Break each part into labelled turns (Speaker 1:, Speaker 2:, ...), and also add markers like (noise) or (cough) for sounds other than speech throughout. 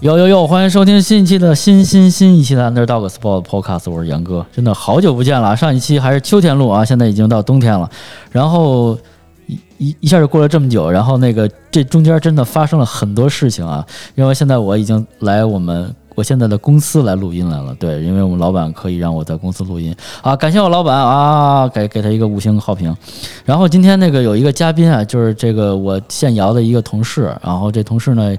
Speaker 1: 有有有，欢迎收听新一期的新新新一期的 Underdog Sport Podcast，我是杨哥，真的好久不见了啊。上一期还是秋天录啊，现在已经到冬天了，然后一一一下就过了这么久，然后那个这中间真的发生了很多事情啊，因为现在我已经来我们。我现在的公司来录音来了，对，因为我们老板可以让我在公司录音啊，感谢我老板啊，给给他一个五星好评。然后今天那个有一个嘉宾啊，就是这个我现摇的一个同事，然后这同事呢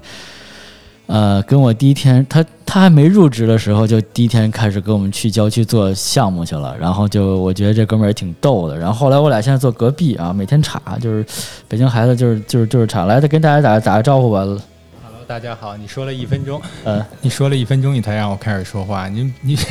Speaker 1: 呃，跟我第一天，他他还没入职的时候，就第一天开始跟我们去郊区做项目去了。然后就我觉得这哥们儿也挺逗的。然后后来我俩现在坐隔壁啊，每天查，就是北京孩子就是就是就是查。来，再跟大家打打个招呼吧。
Speaker 2: Hello，大家好，你说了一分钟，
Speaker 1: 呃，
Speaker 2: 你说了一分钟，你才让我开始说话，你你 (laughs) 这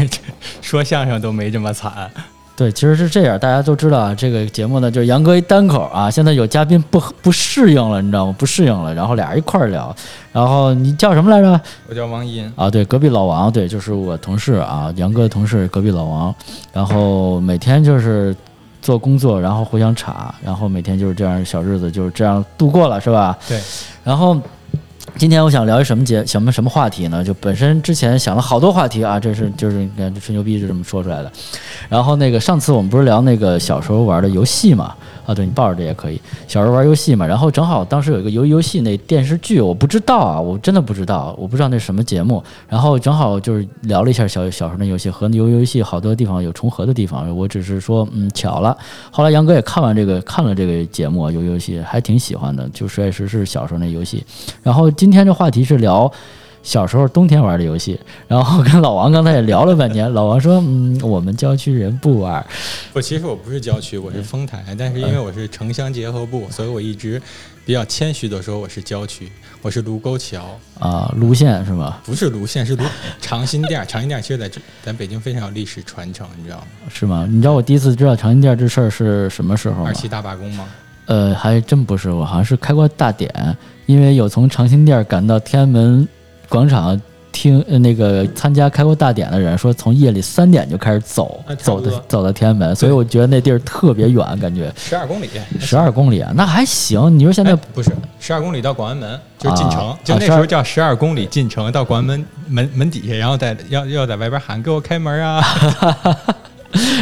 Speaker 2: 说相声都没这么惨，
Speaker 1: 对，其实是这样，大家都知道啊，这个节目呢，就是杨哥一单口啊，现在有嘉宾不不适应了，你知道吗？不适应了，然后俩人一块儿聊。然后你叫什么来着？
Speaker 2: 我叫王银，
Speaker 1: 啊，对，隔壁老王，对，就是我同事啊，杨哥的同事，隔壁老王，然后每天就是做工作，然后互相查，然后每天就是这样小日子，就是这样度过了，是吧？
Speaker 2: 对。
Speaker 1: 然后今天我想聊一什么节什么什么话题呢？就本身之前想了好多话题啊，这是就是你看这吹牛逼就这么说出来的。然后那个上次我们不是聊那个小时候玩的游戏嘛？啊，对你抱着这也可以。小时候玩游戏嘛，然后正好当时有一个游游戏那电视剧，我不知道啊，我真的不知道，我不知道那是什么节目。然后正好就是聊了一下小小时候那游戏和那游游戏好多地方有重合的地方，我只是说嗯巧了。后来杨哥也看完这个看了这个节目啊游游戏，还挺喜欢的，就确实是小时候那游戏。然后今天这话题是聊。小时候冬天玩的游戏，然后跟老王刚才也聊了半天。老王说：“嗯，我们郊区人不玩。
Speaker 2: 不，其实我不是郊区，我是丰台，但是因为我是城乡结合部，所以我一直比较谦虚的说我是郊区，我是卢沟桥，”
Speaker 1: 啊，路线是吗？
Speaker 2: 不是卢县， (laughs) 是卢长辛店儿，长辛店儿其实在这咱北京非常有历史传承，你知道吗？
Speaker 1: 是吗？你知道我第一次知道长辛店这事儿是什么时候吗
Speaker 2: 二？七大罢工吗？
Speaker 1: 呃，还真不是，我好像是开过大典，因为有从长辛店赶到天安门广场听、呃、那个参加开过大典的人说，从夜里三点就开始走
Speaker 2: 那，啊差
Speaker 1: 走
Speaker 2: 不多
Speaker 1: 的走到天安门，所以我觉得那地儿特别远，感觉
Speaker 2: 十二公里，
Speaker 1: 十二公里啊，那还行。你说现在、
Speaker 2: 哎不是十二公里到广安门，就是进城，
Speaker 1: 啊
Speaker 2: 就
Speaker 1: 啊
Speaker 2: 那时候叫十二公里进城到广安门门门底下，然后在要要在外边喊给我开门啊！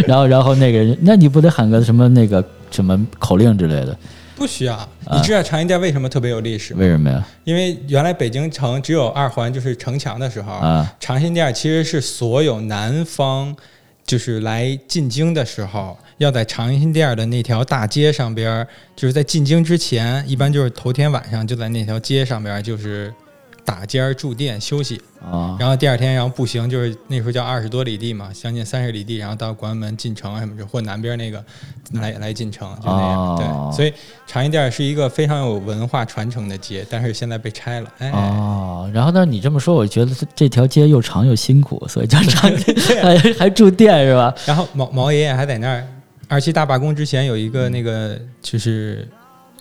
Speaker 1: 然后然后那个人，那你不得喊个什么那个什么口令之类的？
Speaker 2: 不需要，你知道长辛店为什么特别有历史吗？
Speaker 1: 为什么呀？
Speaker 2: 因为原来北京城只有二环就是城墙的时候，
Speaker 1: 啊
Speaker 2: 长辛店其实是所有南方就是来进京的时候，要在长辛店的那条大街上边儿，就是在进京之前，一般就是头天晚上就在那条街上边儿就是打尖儿住店休息。
Speaker 1: 啊
Speaker 2: 然后第二天，然后步行就是那时候叫二十多里地嘛，将近三十里地，然后到广安门进城啊什么的，或南边那个来来进城，就那样。
Speaker 1: 哦
Speaker 2: 对，所以长辛店是一个非常有文化传承的街，但是现在被拆了。哎，
Speaker 1: 哦，然后但是你这么说，我觉得这这条街又长又辛苦，所以叫长 (laughs) 还还住店是吧？
Speaker 2: 然后毛毛爷爷还在那儿，二七大罢工之前有一个那个就是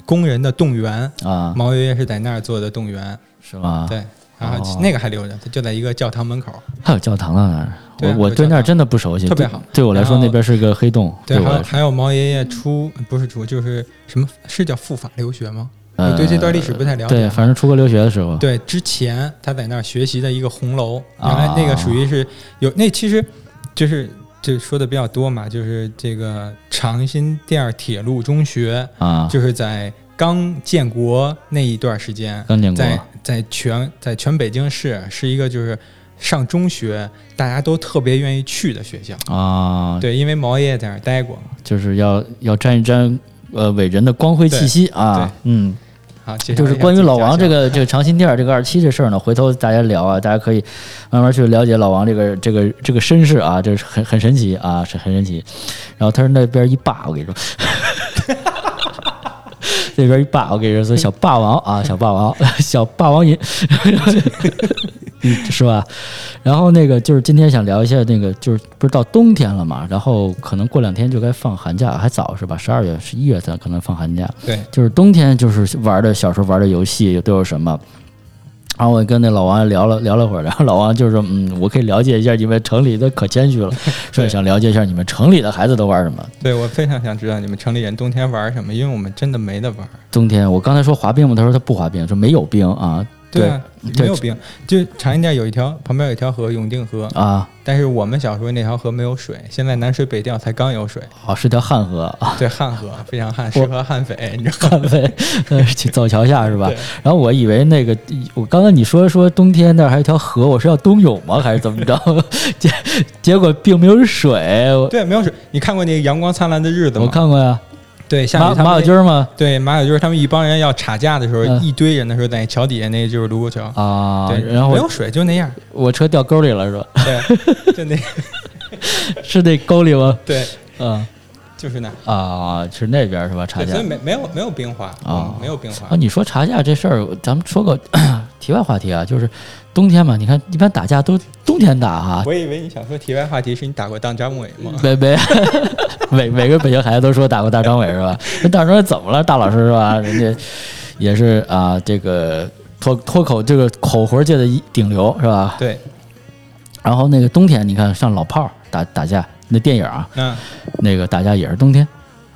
Speaker 2: 工人的动员，
Speaker 1: 啊，
Speaker 2: 毛爷爷是在那儿做的动员，
Speaker 1: 是吗？
Speaker 2: 对，然
Speaker 1: 哦
Speaker 2: 后那个还留着，就在一个教堂门口。
Speaker 1: 还有教堂了那儿，
Speaker 2: 对啊
Speaker 1: 我我
Speaker 2: 有
Speaker 1: 对
Speaker 2: 教
Speaker 1: 那儿
Speaker 2: 堂
Speaker 1: 真的不熟悉，
Speaker 2: 特别
Speaker 1: 对
Speaker 2: 好
Speaker 1: 对我来说
Speaker 2: 然后
Speaker 1: 那边是个黑洞，
Speaker 2: 对，
Speaker 1: 对我
Speaker 2: 还有
Speaker 1: 来说
Speaker 2: 还有毛爷爷出不是出就是什么是叫赴法留学吗？我对这段历史不太了
Speaker 1: 嗯
Speaker 2: 解
Speaker 1: 呃对，反正出国留学的时候，
Speaker 2: 对，之前他在那儿学习的一个红楼，
Speaker 1: 啊
Speaker 2: 原来那个属于是有那其实就是就说的比较多嘛，就是这个长辛店儿铁路中学，
Speaker 1: 啊，
Speaker 2: 就是在刚建国那一段时间，
Speaker 1: 刚建国
Speaker 2: 在在全在全北京市是一个就是上中学大家都特别愿意去的学校。
Speaker 1: 啊，
Speaker 2: 对，因为毛爷爷在那儿待过嘛。
Speaker 1: 就是要要沾一沾呃伟人的光辉气息啊，嗯。
Speaker 2: 好，介绍
Speaker 1: 就是
Speaker 2: 一下
Speaker 1: 关于
Speaker 2: 自己
Speaker 1: 老
Speaker 2: 家
Speaker 1: 王
Speaker 2: 乡
Speaker 1: 这个这个长辛店儿这个二七这事儿呢，回头大家聊啊，大家可以慢慢去了解老王这个这个这个身世啊，这是很很神奇啊，是很神奇。然后他是那边一霸，我跟你说， (laughs) 那边一霸，我跟你说，所以小霸王啊，小霸王， (laughs) 小霸王银，嗯 (laughs) 是吧？然后那个就是今天想聊一下那个，就是不是到冬天了嘛，然后可能过两天就该放寒假，还早是吧？十二月、十一月才可能放寒假。
Speaker 2: 对
Speaker 1: 就是冬天就是玩的小时候玩的游戏都有什么。然后我跟那老王聊了聊了会儿，然后老王就说：“嗯，我可以了解一下你们城里的，可谦虚
Speaker 2: (laughs)
Speaker 1: 了，说
Speaker 2: 对
Speaker 1: 想了解一下你们城里的孩子都玩什么。
Speaker 2: 对我非常想知道你们城里人冬天玩什么，因为我们真的没得玩。
Speaker 1: 冬天我刚才说滑冰嘛，他说他不滑冰，说没有冰啊。
Speaker 2: 对啊，没有冰，就长安店有一条旁边有一条河永定河，
Speaker 1: 啊，
Speaker 2: 但是我们小时候那条河没有水，现在南水北调才刚有水，
Speaker 1: 哦，是条汉河 (laughs) 啊，
Speaker 2: 对汉河非常旱，适合悍匪，你知道吗？
Speaker 1: 汉飞，呃 (laughs) 去走桥下是吧
Speaker 2: 对？
Speaker 1: 然后我以为那个，我刚才你说说冬天那儿还有一条河，我是要冬泳吗？还是怎么着？ (laughs) 结结果并没有水，我
Speaker 2: 对，没有水。你看过那个《阳光灿烂的日子》
Speaker 1: 我
Speaker 2: 吗？
Speaker 1: 看过呀，
Speaker 2: 对，下
Speaker 1: 马
Speaker 2: 雨他
Speaker 1: 马小
Speaker 2: 们那
Speaker 1: 军儿吗？
Speaker 2: 对马小军儿他们一帮人要吵架的时候，
Speaker 1: 嗯
Speaker 2: 一堆人的时候，在桥底下那就是卢沟桥。
Speaker 1: 啊，
Speaker 2: 对，
Speaker 1: 然后
Speaker 2: 没
Speaker 1: 我
Speaker 2: 有水就
Speaker 1: (laughs)
Speaker 2: 那样，
Speaker 1: 我车掉沟里了是吧？ (laughs)
Speaker 2: 对，就那
Speaker 1: 是那沟里吗？
Speaker 2: 对，
Speaker 1: 嗯
Speaker 2: 就是那样。
Speaker 1: 啊，是那边是吧？查
Speaker 2: 对，
Speaker 1: 价
Speaker 2: 所以没没有没有冰花
Speaker 1: 哦
Speaker 2: 嗯没有冰花
Speaker 1: 啊，。你说查价这事儿，咱们说个 (coughs) 题外话题啊，就是冬天嘛，你看一般打架都冬天打哈、
Speaker 2: 我以为你想说题外话题是你打过当张伟吗？
Speaker 1: 每每 (laughs) 每每个北京孩子都说打过大张伟是 (laughs) 吧？那大张伟怎么了？大老师是吧？人家也是啊，这个脱脱口这个口活界的一顶流是吧？
Speaker 2: 对，
Speaker 1: 然后那个冬天，你看上老炮儿打打架，那电影啊，
Speaker 2: 嗯，
Speaker 1: 那个打架也是冬天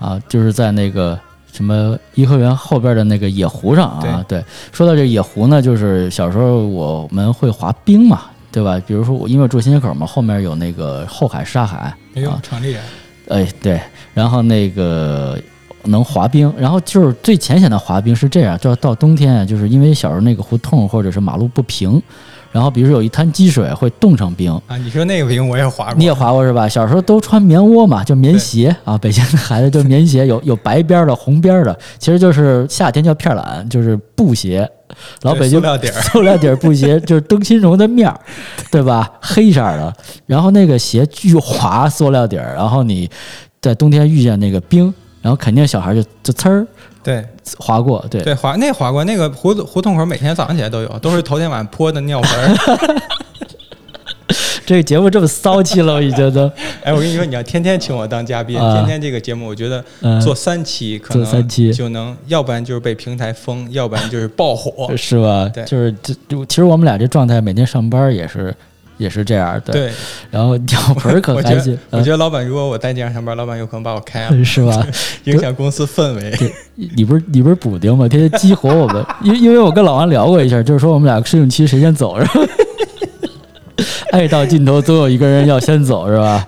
Speaker 1: 啊，就是在那个。什么颐和园后边的那个野湖上啊？对，说到这野湖呢，就是小时候我们会滑冰嘛，对吧？比如说我因为我住新街口嘛，后面有那个后海沙海，
Speaker 2: 哎呦
Speaker 1: 啊，
Speaker 2: 城里人，
Speaker 1: 哎，对，然后那个能滑冰，然后就是最浅显的滑冰是这样，就是到冬天啊，就是因为小时候那个胡同或者是马路不平，然后比如说有一滩积水会冻成冰。
Speaker 2: 啊，你说那个冰我也滑
Speaker 1: 你
Speaker 2: 过，
Speaker 1: 也滑过是吧？小时候都穿棉窝嘛，就棉鞋啊。北京的孩子就棉鞋，有有白边儿的、红边儿的，其实就是夏天叫片儿懒，就是布鞋。老
Speaker 2: 对
Speaker 1: 北京
Speaker 2: 塑料底
Speaker 1: (laughs)
Speaker 2: 儿，
Speaker 1: 塑料底儿布鞋，就是灯芯绒的面
Speaker 2: (laughs)
Speaker 1: 儿，对吧？黑色儿的，然后那个鞋巨滑，塑料底儿，然后你在冬天遇见那个冰，然后肯定小孩就就呲儿
Speaker 2: 对
Speaker 1: 滑过，对。
Speaker 2: 对滑那滑过，那个胡子胡同口每天早上起来都有，都是头天晚泼的尿盆儿。
Speaker 1: (laughs) 这个节目这么骚气了，我已经
Speaker 2: (laughs)
Speaker 1: 都，
Speaker 2: 哎，我跟你说，你要天天请我当嘉宾，
Speaker 1: 啊
Speaker 2: 天天这个节目，我觉得
Speaker 1: 嗯，
Speaker 2: 做三期可
Speaker 1: 做三
Speaker 2: 能
Speaker 1: 期。
Speaker 2: 就能，要不然就是被平台封，要不然就是爆
Speaker 1: (laughs)
Speaker 2: 火
Speaker 1: 是吧？
Speaker 2: 对
Speaker 1: 就是这，就其实我们俩这状态，每天上班也是也是这样的。，
Speaker 2: 对，
Speaker 1: 然后尿盆儿可
Speaker 2: (laughs) 我
Speaker 1: 开
Speaker 2: 觉
Speaker 1: 心
Speaker 2: 得，我觉得老板如果我在这样上班，老板有可能把我开
Speaker 1: (laughs)
Speaker 2: 了，
Speaker 1: 嗯是吧？
Speaker 2: 影响公司氛围。
Speaker 1: 你不是你不是补丁吗？天天激活我们，因因为我跟老王聊过一下，就是说我们俩试用期谁先走，是吧？ (laughs) 爱到尽头总有一个人要先走，是吧？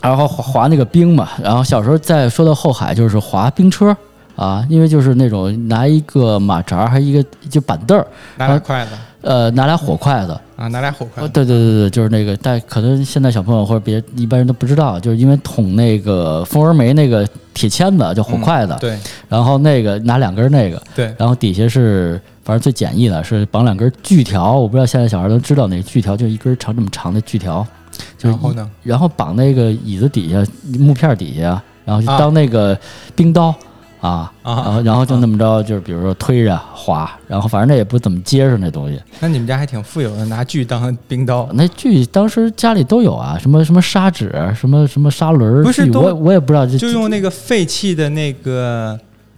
Speaker 1: 然后滑滑那个冰嘛，然后小时候再说到后海就是滑冰车啊，因为就是那种拿一个马扎儿还一个就板凳儿，
Speaker 2: 拿俩筷子
Speaker 1: 呃，拿俩火筷子，
Speaker 2: 啊，拿俩火筷
Speaker 1: 哦，
Speaker 2: 子，
Speaker 1: 对对对对，就是那个，但可能现在小朋友或者别一般人都不知道，就是因为捅那个蜂窝煤那个铁签子，就火筷子，
Speaker 2: 嗯对
Speaker 1: 然后那个拿两根那个，
Speaker 2: 对，
Speaker 1: 然后底下是反正最简易的是绑两根锯条，我不知道现在小孩都知道那个锯条，就一根长这么长的锯条，就是
Speaker 2: 然后呢，
Speaker 1: 一然后绑那个椅子底下木片底下，然后就
Speaker 2: 啊
Speaker 1: 当那个冰刀啊，
Speaker 2: 啊
Speaker 1: 然后然后就那么着，就是比如说推着滑，然后反正那也不怎么结实那东西，
Speaker 2: 那你们家还挺富有的，拿锯当冰刀，
Speaker 1: 那锯当时家里都有啊，什么什么砂纸，什么什么砂轮
Speaker 2: 不是
Speaker 1: 锯，
Speaker 2: 都
Speaker 1: 我也我也不知道这
Speaker 2: 就用那个废弃的那个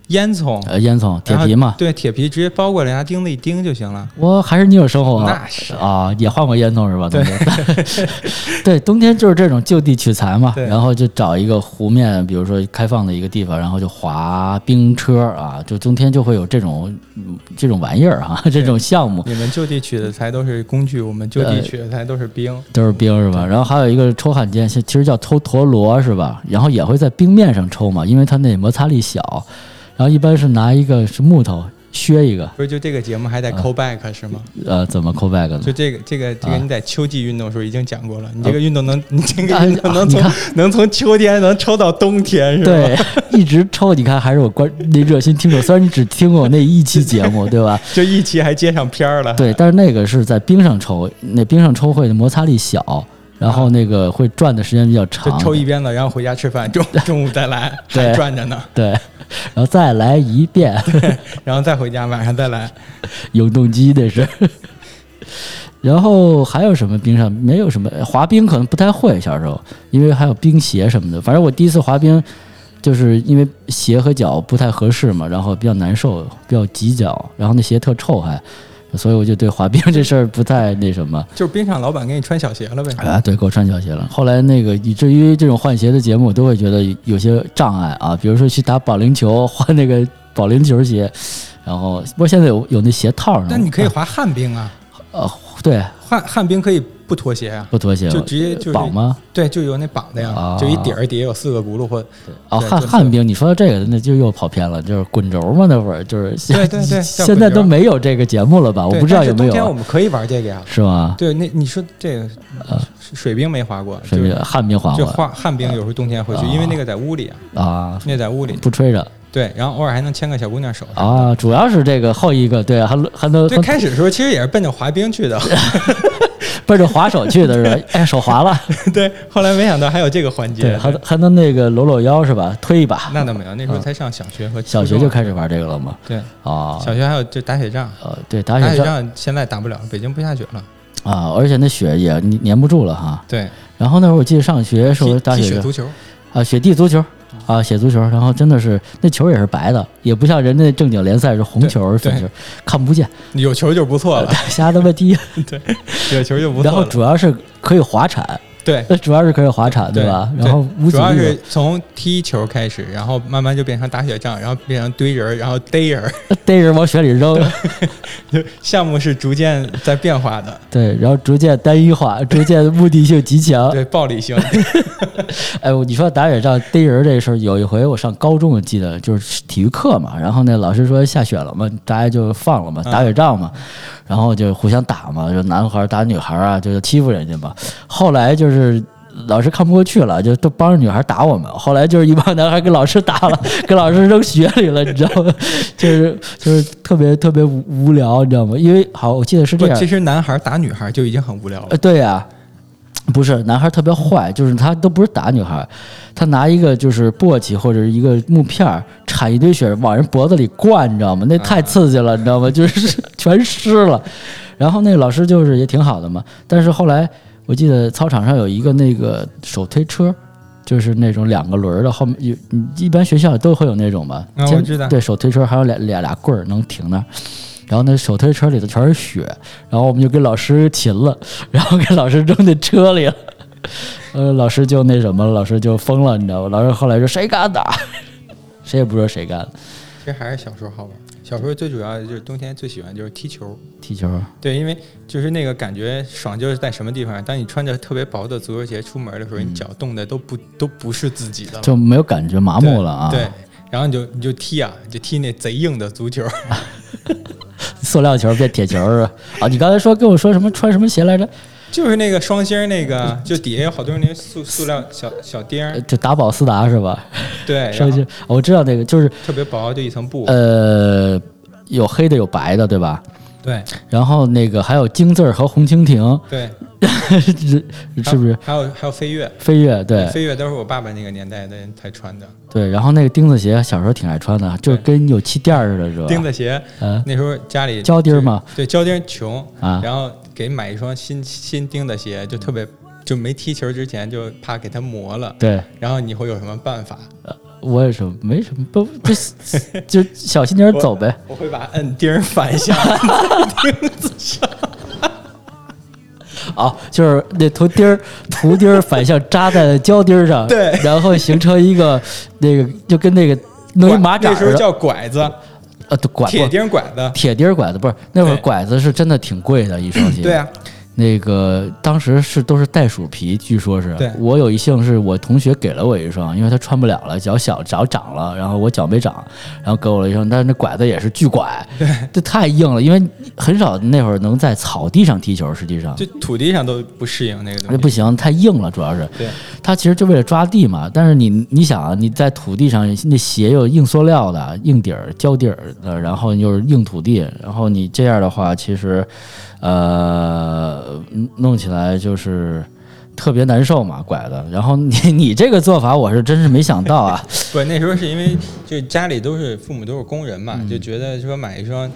Speaker 2: 烟囱，
Speaker 1: 呃烟囱铁皮嘛，
Speaker 2: 对，铁皮直接包过来，拿钉子一钉就行了。
Speaker 1: 我还是你有生活啊。
Speaker 2: 那是
Speaker 1: 啊，也换过烟囱是吧？冬天， (laughs) 对，冬天就是这种就地取材嘛，
Speaker 2: 对
Speaker 1: 然后就找一个湖面，比如说开放的一个地方，然后就滑冰车啊，就冬天就会有这种嗯这种玩意儿啊， (laughs) 这种项目
Speaker 2: 你们就地取的材都是工具，我们就地取的材都是冰。
Speaker 1: 都是冰是吧？然后还有一个抽旱箭，其其实叫抽陀螺是吧？然后也会在冰面上抽嘛，因为它那摩擦力小，然后一般是拿一个是木头削一个，
Speaker 2: 不是，就这个节目还在
Speaker 1: 啊
Speaker 2: call back 是吗？
Speaker 1: 呃，怎么 call back 呢？
Speaker 2: 就这个这个这个
Speaker 1: 啊
Speaker 2: 你在秋季运动的时候已经讲过了，你这个运动能你这
Speaker 1: 啊
Speaker 2: 个运动
Speaker 1: 啊
Speaker 2: 能
Speaker 1: 你 (laughs)
Speaker 2: 从
Speaker 1: 看
Speaker 2: 能从秋天能抽到冬天是吧？
Speaker 1: 对，一直抽，你看还是我关那热心听众，虽然你只听过那一期节目，对吧？ (laughs)
Speaker 2: 就一期还接上片儿了。
Speaker 1: 对，但是那个是在冰上抽，那冰上抽会摩擦力小，然后那个会转的时间比较
Speaker 2: 啊就
Speaker 1: 长，
Speaker 2: 抽一鞭子，然后回家吃
Speaker 1: (laughs)
Speaker 2: 饭，中中午再来，
Speaker 1: 对
Speaker 2: 还转着呢，
Speaker 1: 对，然后再来一遍
Speaker 2: 然后再回家，晚上再来。
Speaker 1: 永动机那是。 (laughs) 然后还有什么冰上没有什么呃滑冰可能不太会，小时候因为还有冰鞋什么的。反正我第一次滑冰，就是因为鞋和脚不太合适嘛，然后比较难受，比较挤脚，然后那鞋特臭还，所以我就对滑冰这事儿不太那什么。
Speaker 2: 就是冰场老板给你穿小鞋了呗。
Speaker 1: (laughs) 啊，对，给我穿小鞋了。后来那个以至于这种换鞋的节目，我都会觉得有些障碍啊，比如说去打保龄球换那个保龄球鞋，然后不过现在有有那鞋套儿呢，
Speaker 2: 但你可以
Speaker 1: 啊
Speaker 2: 滑旱冰
Speaker 1: (laughs)
Speaker 2: 啊，
Speaker 1: 呃对
Speaker 2: 旱旱冰可以不脱鞋啊，
Speaker 1: 不脱鞋
Speaker 2: 就直接就是
Speaker 1: 绑呃吗？
Speaker 2: 对，就有那绑的呀
Speaker 1: 啊，
Speaker 2: 就一底儿底下有四个轱辘或
Speaker 1: 哦，
Speaker 2: 对
Speaker 1: 旱
Speaker 2: 就
Speaker 1: 旱冰，你说到这个，那就又跑偏了，就是滚轴嘛，那会儿就是
Speaker 2: 对对对叫
Speaker 1: 现在
Speaker 2: 滚轴
Speaker 1: 都没有这个节目了吧？我
Speaker 2: 对
Speaker 1: 不知道
Speaker 2: 但是
Speaker 1: 有没啊
Speaker 2: 冬天我
Speaker 1: 有，
Speaker 2: 们可以玩这个呀。
Speaker 1: 是吗？
Speaker 2: 对，那你说这个水冰没滑过，
Speaker 1: 什
Speaker 2: 就
Speaker 1: 么旱啊冰啊滑
Speaker 2: 就
Speaker 1: 滑
Speaker 2: 滑旱冰有时候冬天会去，因为那个在屋里啊，
Speaker 1: 啊，
Speaker 2: 那在屋里。
Speaker 1: 不吹着
Speaker 2: 对，然后偶尔还能牵个小姑娘手。
Speaker 1: 啊，主要是这个后一个，对，还还能
Speaker 2: 最开始的时候其实也是奔着滑冰
Speaker 1: (laughs)
Speaker 2: 去的，
Speaker 1: 奔着滑手去的是
Speaker 2: (laughs)
Speaker 1: 吧？哎，手滑了，
Speaker 2: 对，后来没想到还有这个环
Speaker 1: 对，
Speaker 2: 节。
Speaker 1: 还能还能那个搂搂腰是吧？推一把，
Speaker 2: 那倒没有，那时候才上小学和初
Speaker 1: 啊小学
Speaker 2: 中
Speaker 1: 就开始玩这个了嘛？
Speaker 2: 对，
Speaker 1: 啊，
Speaker 2: 小学还有就打雪仗，
Speaker 1: 呃，对，打
Speaker 2: 打
Speaker 1: 雪
Speaker 2: 雪
Speaker 1: 仗
Speaker 2: 仗现在打不了，北京不下雪了。
Speaker 1: 啊，而且那雪也粘粘不住了哈。
Speaker 2: 对，
Speaker 1: 然后那会儿我记得上学时候
Speaker 2: 踢
Speaker 1: 打
Speaker 2: 踢
Speaker 1: 雪
Speaker 2: 雪
Speaker 1: 仗。
Speaker 2: 足球，
Speaker 1: 啊，雪地足球啊，雪足球，然后真的是那球也是白的，也不像人家正经联赛是红球
Speaker 2: 对
Speaker 1: 粉球，看不见，
Speaker 2: 有球就不
Speaker 1: (laughs)
Speaker 2: 错了，
Speaker 1: 瞎他妈踢。
Speaker 2: 有球就不
Speaker 1: 然后
Speaker 2: 错了。
Speaker 1: 主要是可以滑铲，
Speaker 2: 对，
Speaker 1: 呃主要是可以滑铲，
Speaker 2: 对
Speaker 1: 吧？
Speaker 2: 对
Speaker 1: 然后无阻
Speaker 2: 主要
Speaker 1: 力
Speaker 2: 是
Speaker 1: 的
Speaker 2: 从踢球开始，然后慢慢就变成打雪仗，然后变成堆人儿，然后逮人儿， (laughs)
Speaker 1: 呃逮人往雪里扔，
Speaker 2: 就项目是逐渐在变化的，
Speaker 1: 对，然后逐渐单一化，逐渐目的性极强。
Speaker 2: 对，暴
Speaker 1: (laughs)
Speaker 2: 力性。
Speaker 1: 哎，我你说打雪仗逮人这事儿，有一回我上高中，我记得就是体育课嘛，然后那老师说下雪了嘛，大家就放了嘛，打雪仗
Speaker 2: 嗯
Speaker 1: 嘛，然后就互相打嘛，就男孩儿打女孩儿啊，就是欺负人家嘛。后来就是。老师看不过去了，就都帮着女孩打我们。后来就是一帮男孩跟老师打了，跟老师扔雪里了，你知道吗？ (laughs) 就是就是特别特别无无聊，你知道吗？因为好，我记得是这
Speaker 2: 不，
Speaker 1: 样。
Speaker 2: 其实男孩打女孩就已经很无聊了
Speaker 1: 呃，。对呀、不是男孩特别坏，就是他都不是打女孩，他拿一个就是簸箕或者是一个木片儿铲一堆雪往人脖子里灌，你知道吗？那太刺激了，你知道吗？就是 (laughs) 全湿了。然后那个老师就是也挺好的嘛，但是后来我记得操场上有一个那个手推车。就是那种两个轮儿的，后面有一般学校都会有那种吧。
Speaker 2: 啊
Speaker 1: 前
Speaker 2: 我知道
Speaker 1: 对手推车还有俩俩俩棍儿能停那儿，然后那手推车里头全是雪，然后我们就跟老师擒了，然后给老师扔在车里了。 (laughs) 呃，老师就那什么了，老师就疯了，你知道吗？老师后来说谁干的，谁也不知道谁干的。
Speaker 2: 其实还是小时候好玩。小时候最主要的就是冬天最喜欢就是踢球，
Speaker 1: 踢球
Speaker 2: 对，因为就是那个感觉爽，就是在什么地方？当你穿着特别薄的足球鞋出门的时候，
Speaker 1: 嗯
Speaker 2: 你脚冻的都不都不是自己的了，
Speaker 1: 就没有感觉，麻
Speaker 2: 对
Speaker 1: 木了啊！
Speaker 2: 对，然后你就你就踢啊，你就踢那贼硬的足球， (laughs)
Speaker 1: 塑料球变铁球是吧？啊，你刚才说跟我说什么穿什么鞋来着？
Speaker 2: 就是那个双星儿那
Speaker 1: (laughs)
Speaker 2: 个，就底下有好多那塑塑料小小钉儿
Speaker 1: 呃，就打保斯达是吧？
Speaker 2: 对，
Speaker 1: 是
Speaker 2: 然
Speaker 1: 不
Speaker 2: 后
Speaker 1: 是？我知道那个就是
Speaker 2: 特别薄，就一层布，
Speaker 1: 呃，有黑的有白的，对吧？
Speaker 2: 对
Speaker 1: 然后那个还有京字儿和红蜻蜓， (laughs)
Speaker 2: 对，
Speaker 1: 是是不是？
Speaker 2: 还有还有飞跃，
Speaker 1: 飞跃对，
Speaker 2: 飞跃都是我爸爸那个年代的人才穿的，
Speaker 1: 对，然后那个钉子鞋小时候挺爱穿的，就是跟有气垫儿似的，是吧？
Speaker 2: 钉子鞋
Speaker 1: 嗯
Speaker 2: 那时候家里
Speaker 1: 胶钉儿
Speaker 2: 就
Speaker 1: 嘛，
Speaker 2: 对，胶钉儿穷，
Speaker 1: 啊
Speaker 2: 然后给买一双新新钉的鞋，就特别就没踢球之前就怕给它磨了。
Speaker 1: 对，呃
Speaker 2: 然后你会有什么办法？
Speaker 1: 我也是没什么，不就就小心点儿走呗。
Speaker 2: 我会把摁钉儿反向钉子上，
Speaker 1: 啊，就是那图钉儿，图钉儿反向扎在胶钉儿上，
Speaker 2: 对
Speaker 1: 然后形成一个那个就跟那个弄一马
Speaker 2: 拐
Speaker 1: 掌
Speaker 2: 那时
Speaker 1: 似
Speaker 2: 候
Speaker 1: 的，
Speaker 2: 叫拐子，
Speaker 1: 呃，对拐
Speaker 2: 铁
Speaker 1: 不
Speaker 2: 钉拐子。
Speaker 1: 铁钉儿拐子不是那会儿
Speaker 2: 对
Speaker 1: 拐子是真的挺贵的一双鞋，
Speaker 2: 对啊，
Speaker 1: 那个当时是都是袋鼠皮，据说是
Speaker 2: 对。
Speaker 1: 我有一项是我同学给了我一双，因为他穿不了了，脚小脚长了，然后我脚没长，然后给我了一双，但是那拐子也是巨拐，这太硬了，因为很少那会儿能在草地上踢球，实际上
Speaker 2: 就土地上都不适应那个东
Speaker 1: 那
Speaker 2: 西。
Speaker 1: 不行，太硬了，主要是。
Speaker 2: 对，
Speaker 1: 它其实就为了抓地嘛。但是你你想啊，你在土地上，那鞋又硬塑料的、硬底儿、胶底儿的，然后又是硬土地，然后你这样的话，其实呃弄起来就是。特别难受嘛，拐的。然后你你这个做法，我是真是没想到啊。
Speaker 2: 不，那时候是因为就家里都是父母都是工人嘛，
Speaker 1: 嗯
Speaker 2: 就觉得说买一双，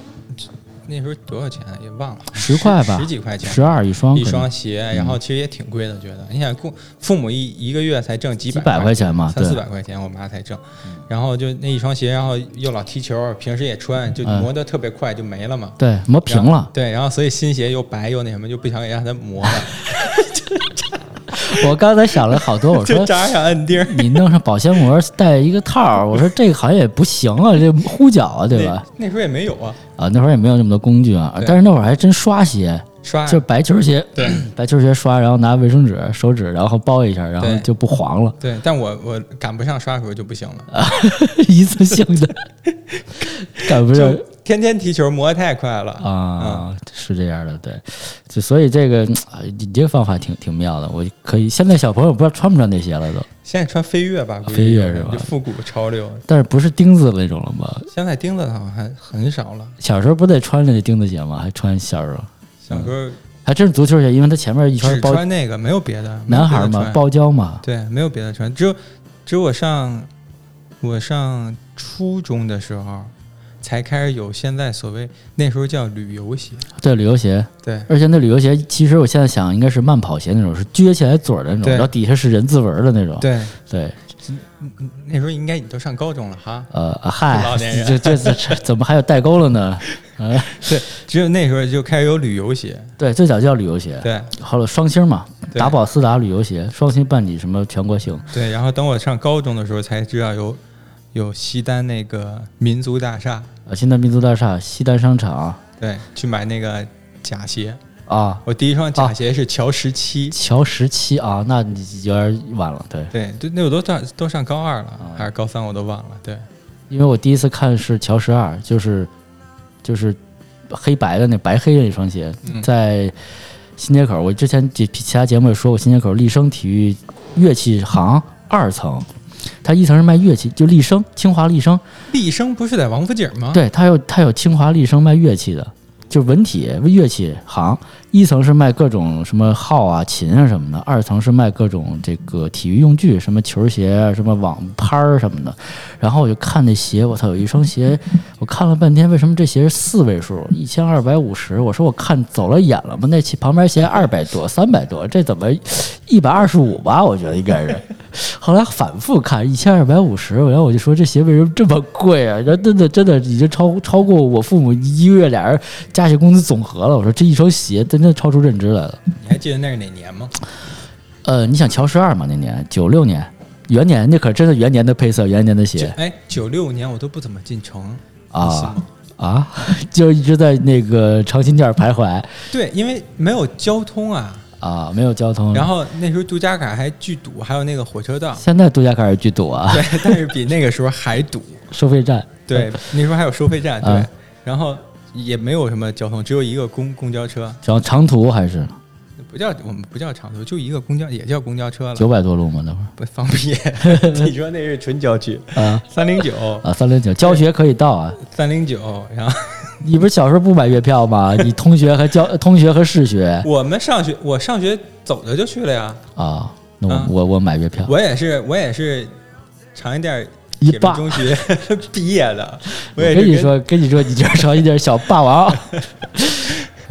Speaker 2: 那时候多少钱啊也忘了，
Speaker 1: 十块吧
Speaker 2: (laughs) 十几块钱，
Speaker 1: 十嗯二一双，
Speaker 2: 一双鞋，然后其实也挺贵的，觉得你想父父母一一个月才挣几
Speaker 1: 几
Speaker 2: 百
Speaker 1: 百块钱嘛，啊
Speaker 2: 三
Speaker 1: 对嗯
Speaker 2: 四百块钱，我妈才挣，然后就那一双鞋，然后又老踢球，平时也穿，就磨得特别快，就没了嘛。
Speaker 1: 对，磨嗯平了。
Speaker 2: 对，然后所以新鞋又白又那什么，就不想给让它磨了。
Speaker 1: 我刚才想了好
Speaker 2: (laughs)
Speaker 1: 多，我
Speaker 2: 就
Speaker 1: 说
Speaker 2: 扎上摁钉儿。
Speaker 1: 你弄上保鲜膜带一个套儿，我说这个好像也不行啊，这呼脚啊，对吧？
Speaker 2: 那那时候也没有啊，
Speaker 1: 啊，那会儿也没有那么多工具啊
Speaker 2: 对，
Speaker 1: 但是那会儿还真刷鞋，
Speaker 2: 刷
Speaker 1: 就是白球鞋，
Speaker 2: 对
Speaker 1: (clears throat) 白球鞋刷，然后拿卫生纸、手指，然后包一下，然后
Speaker 2: 对
Speaker 1: 就不黄
Speaker 2: (laughs)
Speaker 1: 了，
Speaker 2: 对，但我我赶不上刷的时候就不行了，
Speaker 1: 一次性
Speaker 2: (laughs)
Speaker 1: 的，赶不上
Speaker 2: 就嗯天天踢球磨得太快了。
Speaker 1: 啊，是这样的，对，就所以这个啊你这个方法挺挺妙的，我可以。现在小朋友不知道穿不穿那鞋了都，
Speaker 2: 现在穿飞跃吧，估计
Speaker 1: 飞跃是吧
Speaker 2: 就复古潮流。
Speaker 1: 但是不是钉子那种了吗？
Speaker 2: 现在钉子好像还很少了，
Speaker 1: 小时候不得穿那钉子鞋吗？还穿小时候，
Speaker 2: 小时候
Speaker 1: 还真是足球鞋，因为它前面一圈
Speaker 2: 只
Speaker 1: 嗯包
Speaker 2: 穿那个，没有别的。没有
Speaker 1: 男孩
Speaker 2: 别的
Speaker 1: 嘛，
Speaker 2: 穿
Speaker 1: 包胶嘛，
Speaker 2: 对，没有别的穿，只有只有我上我上初中的时候才开始有现在所谓那时候叫旅游鞋，
Speaker 1: 对，旅游鞋，
Speaker 2: 对
Speaker 1: 而且那旅游鞋其实我现在想应该是慢跑鞋那种，是撅起来嘴儿的那种，
Speaker 2: 对
Speaker 1: 然后底下是人字纹的那种，
Speaker 2: 对，
Speaker 1: 对，
Speaker 2: 那时候应该你都上高中了哈，
Speaker 1: 呃，嗨
Speaker 2: 老
Speaker 1: (laughs)
Speaker 2: 年，人
Speaker 1: 这这这这怎么还有代沟了呢？呃，
Speaker 2: 只有那时候就开始有旅游鞋，
Speaker 1: 对，最早叫旅游鞋，
Speaker 2: 对
Speaker 1: 好了，双星嘛，
Speaker 2: 对
Speaker 1: 达宝斯达旅游鞋，双星伴你什么全国行，
Speaker 2: 对，然后等我上高中的时候才知道有有西单那个民族大厦，
Speaker 1: 呃，新的民族大厦、西单商场
Speaker 2: 对，去买那个假鞋，
Speaker 1: 啊，
Speaker 2: 我第一双假鞋是乔十七、
Speaker 1: 乔十七啊，那你有点晚了，对，
Speaker 2: 对，对，那我都上都上高二
Speaker 1: 啊
Speaker 2: 了，还是高三我都忘了。对，
Speaker 1: 因为我第一次看是乔十二，就是就是黑白的那白黑的那双鞋，
Speaker 2: 嗯
Speaker 1: 在新街口，我之前其其他节目也说过，新街口立生体育乐器行二层，它一层是卖乐器，就立生清华立生，
Speaker 2: 立生不是在王府井吗？
Speaker 1: 对，它有它有清华立生卖乐器的，就是文体乐器行，一层是卖各种什么号啊、琴啊什么的，二层是卖各种这个体育用具，什么球鞋啊、什么网拍儿什么的。然后我就看那鞋，我操，有一双鞋，我看了半天，为什么这鞋是四位数，一千二百五十？我说我看走了眼了吗？那其旁边鞋二百多、三百多，这怎么一百二十五吧？我觉得应该是。后来反复看一千二百五十，然后我就说这鞋为什么这么贵啊？然后真的真的已经超超过我父母一个月俩人加起来工资总和了。我说这一双鞋真的超出认知来了。
Speaker 2: 你还记得那是哪年吗？
Speaker 1: 呃，你想乔十二嘛？那年九六年，元年那可真是元年的配色，元年的
Speaker 2: 就
Speaker 1: 鞋
Speaker 2: 哎，九六年我都不怎么进城你信
Speaker 1: 啊
Speaker 2: 吗
Speaker 1: 啊， (laughs) 就一直在那个长辛店儿徘徊
Speaker 2: 对，因为没有交通啊，
Speaker 1: 啊，没有交通。
Speaker 2: 然后那时候杜家坎还巨堵，还有那个火车道，
Speaker 1: 现在度假开始巨堵啊，
Speaker 2: 对，但是比那个时候还堵。
Speaker 1: 收费站
Speaker 2: (laughs) 对，那时候还有收费站，对，
Speaker 1: 啊
Speaker 2: 然后也没有什么交通，只有一个公公交车，
Speaker 1: 然后长途还是
Speaker 2: 不叫我们不叫长途，就一个公交也叫公交车了，
Speaker 1: 九百多路嘛那会
Speaker 2: 不方
Speaker 1: (laughs)
Speaker 2: 便。你说那是纯郊区，
Speaker 1: 儿啊
Speaker 2: 三零九，
Speaker 1: (laughs) 啊三零九教学可以到啊。
Speaker 2: 三零九，
Speaker 1: (laughs)
Speaker 2: 然后
Speaker 1: 你不是小时候不买月票吗？你通学和教 (laughs) 通学和视学
Speaker 2: 我们上学，我上学走着就去了呀。
Speaker 1: 啊？那我、
Speaker 2: 啊
Speaker 1: 我我买月票，
Speaker 2: 我也是，我也是长辛店儿
Speaker 1: 一
Speaker 2: 铁路
Speaker 1: 霸
Speaker 2: 中学 (laughs) 毕业
Speaker 1: (laughs)
Speaker 2: 的。我也
Speaker 1: 跟
Speaker 2: 是
Speaker 1: 你，说，跟你说，你就是成一点小霸王。 (laughs)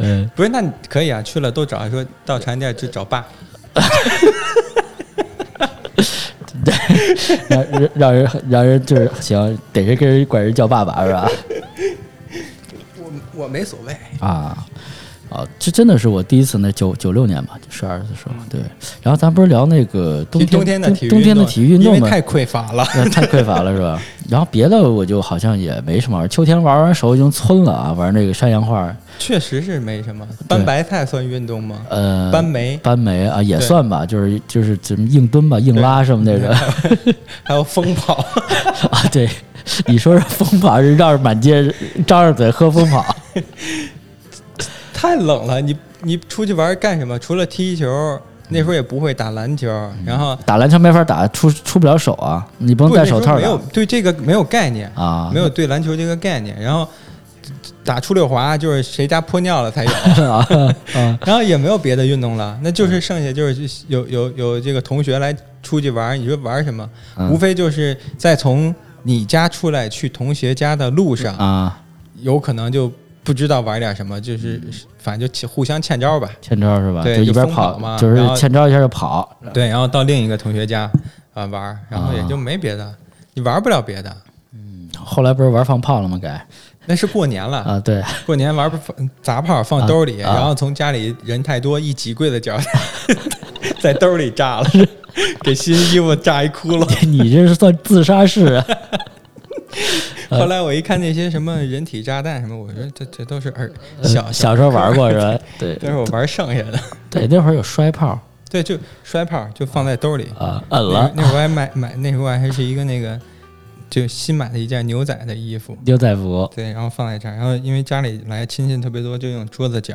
Speaker 1: 嗯，
Speaker 2: 不是，那你可以啊，去了都找说到长辛店儿去找爸，
Speaker 1: 让人让人让人就是行，得是跟人管人叫爸爸是吧？
Speaker 2: (laughs) 我我没所谓。
Speaker 1: 啊啊，这真的是我第一次那九九六年吧，十二的时候对。然后咱不是聊那个冬
Speaker 2: 嗯冬
Speaker 1: 天
Speaker 2: 天的体育啊
Speaker 1: 冬天的体育运动
Speaker 2: 因为
Speaker 1: 吗？
Speaker 2: 太匮乏了。
Speaker 1: 那 (laughs) 太匮乏了是吧？然后别的我就好像也没什么玩儿，秋天玩完手已经皴了啊，玩那个山羊画，
Speaker 2: 确实是没什么。搬白菜算运动吗？
Speaker 1: 呃，
Speaker 2: 搬煤，
Speaker 1: 搬煤啊，也
Speaker 2: 对
Speaker 1: 算吧，就是就是怎么硬蹲吧、硬拉什么
Speaker 2: (laughs)
Speaker 1: 那个
Speaker 2: 还有疯
Speaker 1: (laughs)
Speaker 2: 跑，
Speaker 1: 啊。对，你说是疯跑，是绕着满街张着嘴喝疯
Speaker 2: (laughs)
Speaker 1: 跑，
Speaker 2: 太冷了。你你出去玩干什么？除了踢球，那时候也不会打篮球，然后
Speaker 1: 打篮球没法打，出出不了手啊，你嗯不能
Speaker 2: 不
Speaker 1: 戴
Speaker 2: 那时
Speaker 1: 手
Speaker 2: 候
Speaker 1: 套
Speaker 2: 没有
Speaker 1: 的
Speaker 2: 对这个没有概念，
Speaker 1: 啊，
Speaker 2: 没有对篮球这个概念。然后打出溜滑就是谁家泼尿了才有，
Speaker 1: (laughs) 啊啊
Speaker 2: 然后也没有别的运动了，那
Speaker 1: 嗯
Speaker 2: 就是剩下就是有有有这个同学来出去玩，你说玩什么？
Speaker 1: 嗯
Speaker 2: 无非就是在从你家出来去同学家的路上，
Speaker 1: 啊，
Speaker 2: 有可能就不知道玩点什么，就是
Speaker 1: 嗯
Speaker 2: 反正就互相欠招吧。
Speaker 1: 欠招是吧？
Speaker 2: 对
Speaker 1: 就一
Speaker 2: 就
Speaker 1: 边
Speaker 2: 疯
Speaker 1: 跑
Speaker 2: 跑嘛
Speaker 1: 就是
Speaker 2: 然后
Speaker 1: 欠招一下就跑，
Speaker 2: 对，然后到另一个同学家啊玩，然后也
Speaker 1: 啊
Speaker 2: 就没别的，你玩不了别的。
Speaker 1: 后来不是玩放炮了吗？改
Speaker 2: 那是过年了，
Speaker 1: 啊，对， (laughs)
Speaker 2: 过年玩不砸炮放兜里，
Speaker 1: 啊啊
Speaker 2: 然后从家里人太多一挤柜子角， (laughs) 在兜里炸
Speaker 1: (laughs)
Speaker 2: 了，给新衣服炸一窟窿。
Speaker 1: 你这是算自杀式啊？
Speaker 2: 后来我一看那些什么人体炸弹什么，我说这这都是儿小
Speaker 1: 小时候玩过是
Speaker 2: (laughs)
Speaker 1: 吧？对
Speaker 2: 这是我玩剩下的。
Speaker 1: 对，那会儿有摔炮
Speaker 2: 对，就摔炮就放在兜里。
Speaker 1: 啊，摁
Speaker 2: 那
Speaker 1: 了
Speaker 2: 那会儿我还买买，那会儿我还是一个那个，就新买的一件牛仔的衣服，
Speaker 1: 牛仔服
Speaker 2: 对，然后放在这儿，然后因为家里来亲戚特别多，就用桌子角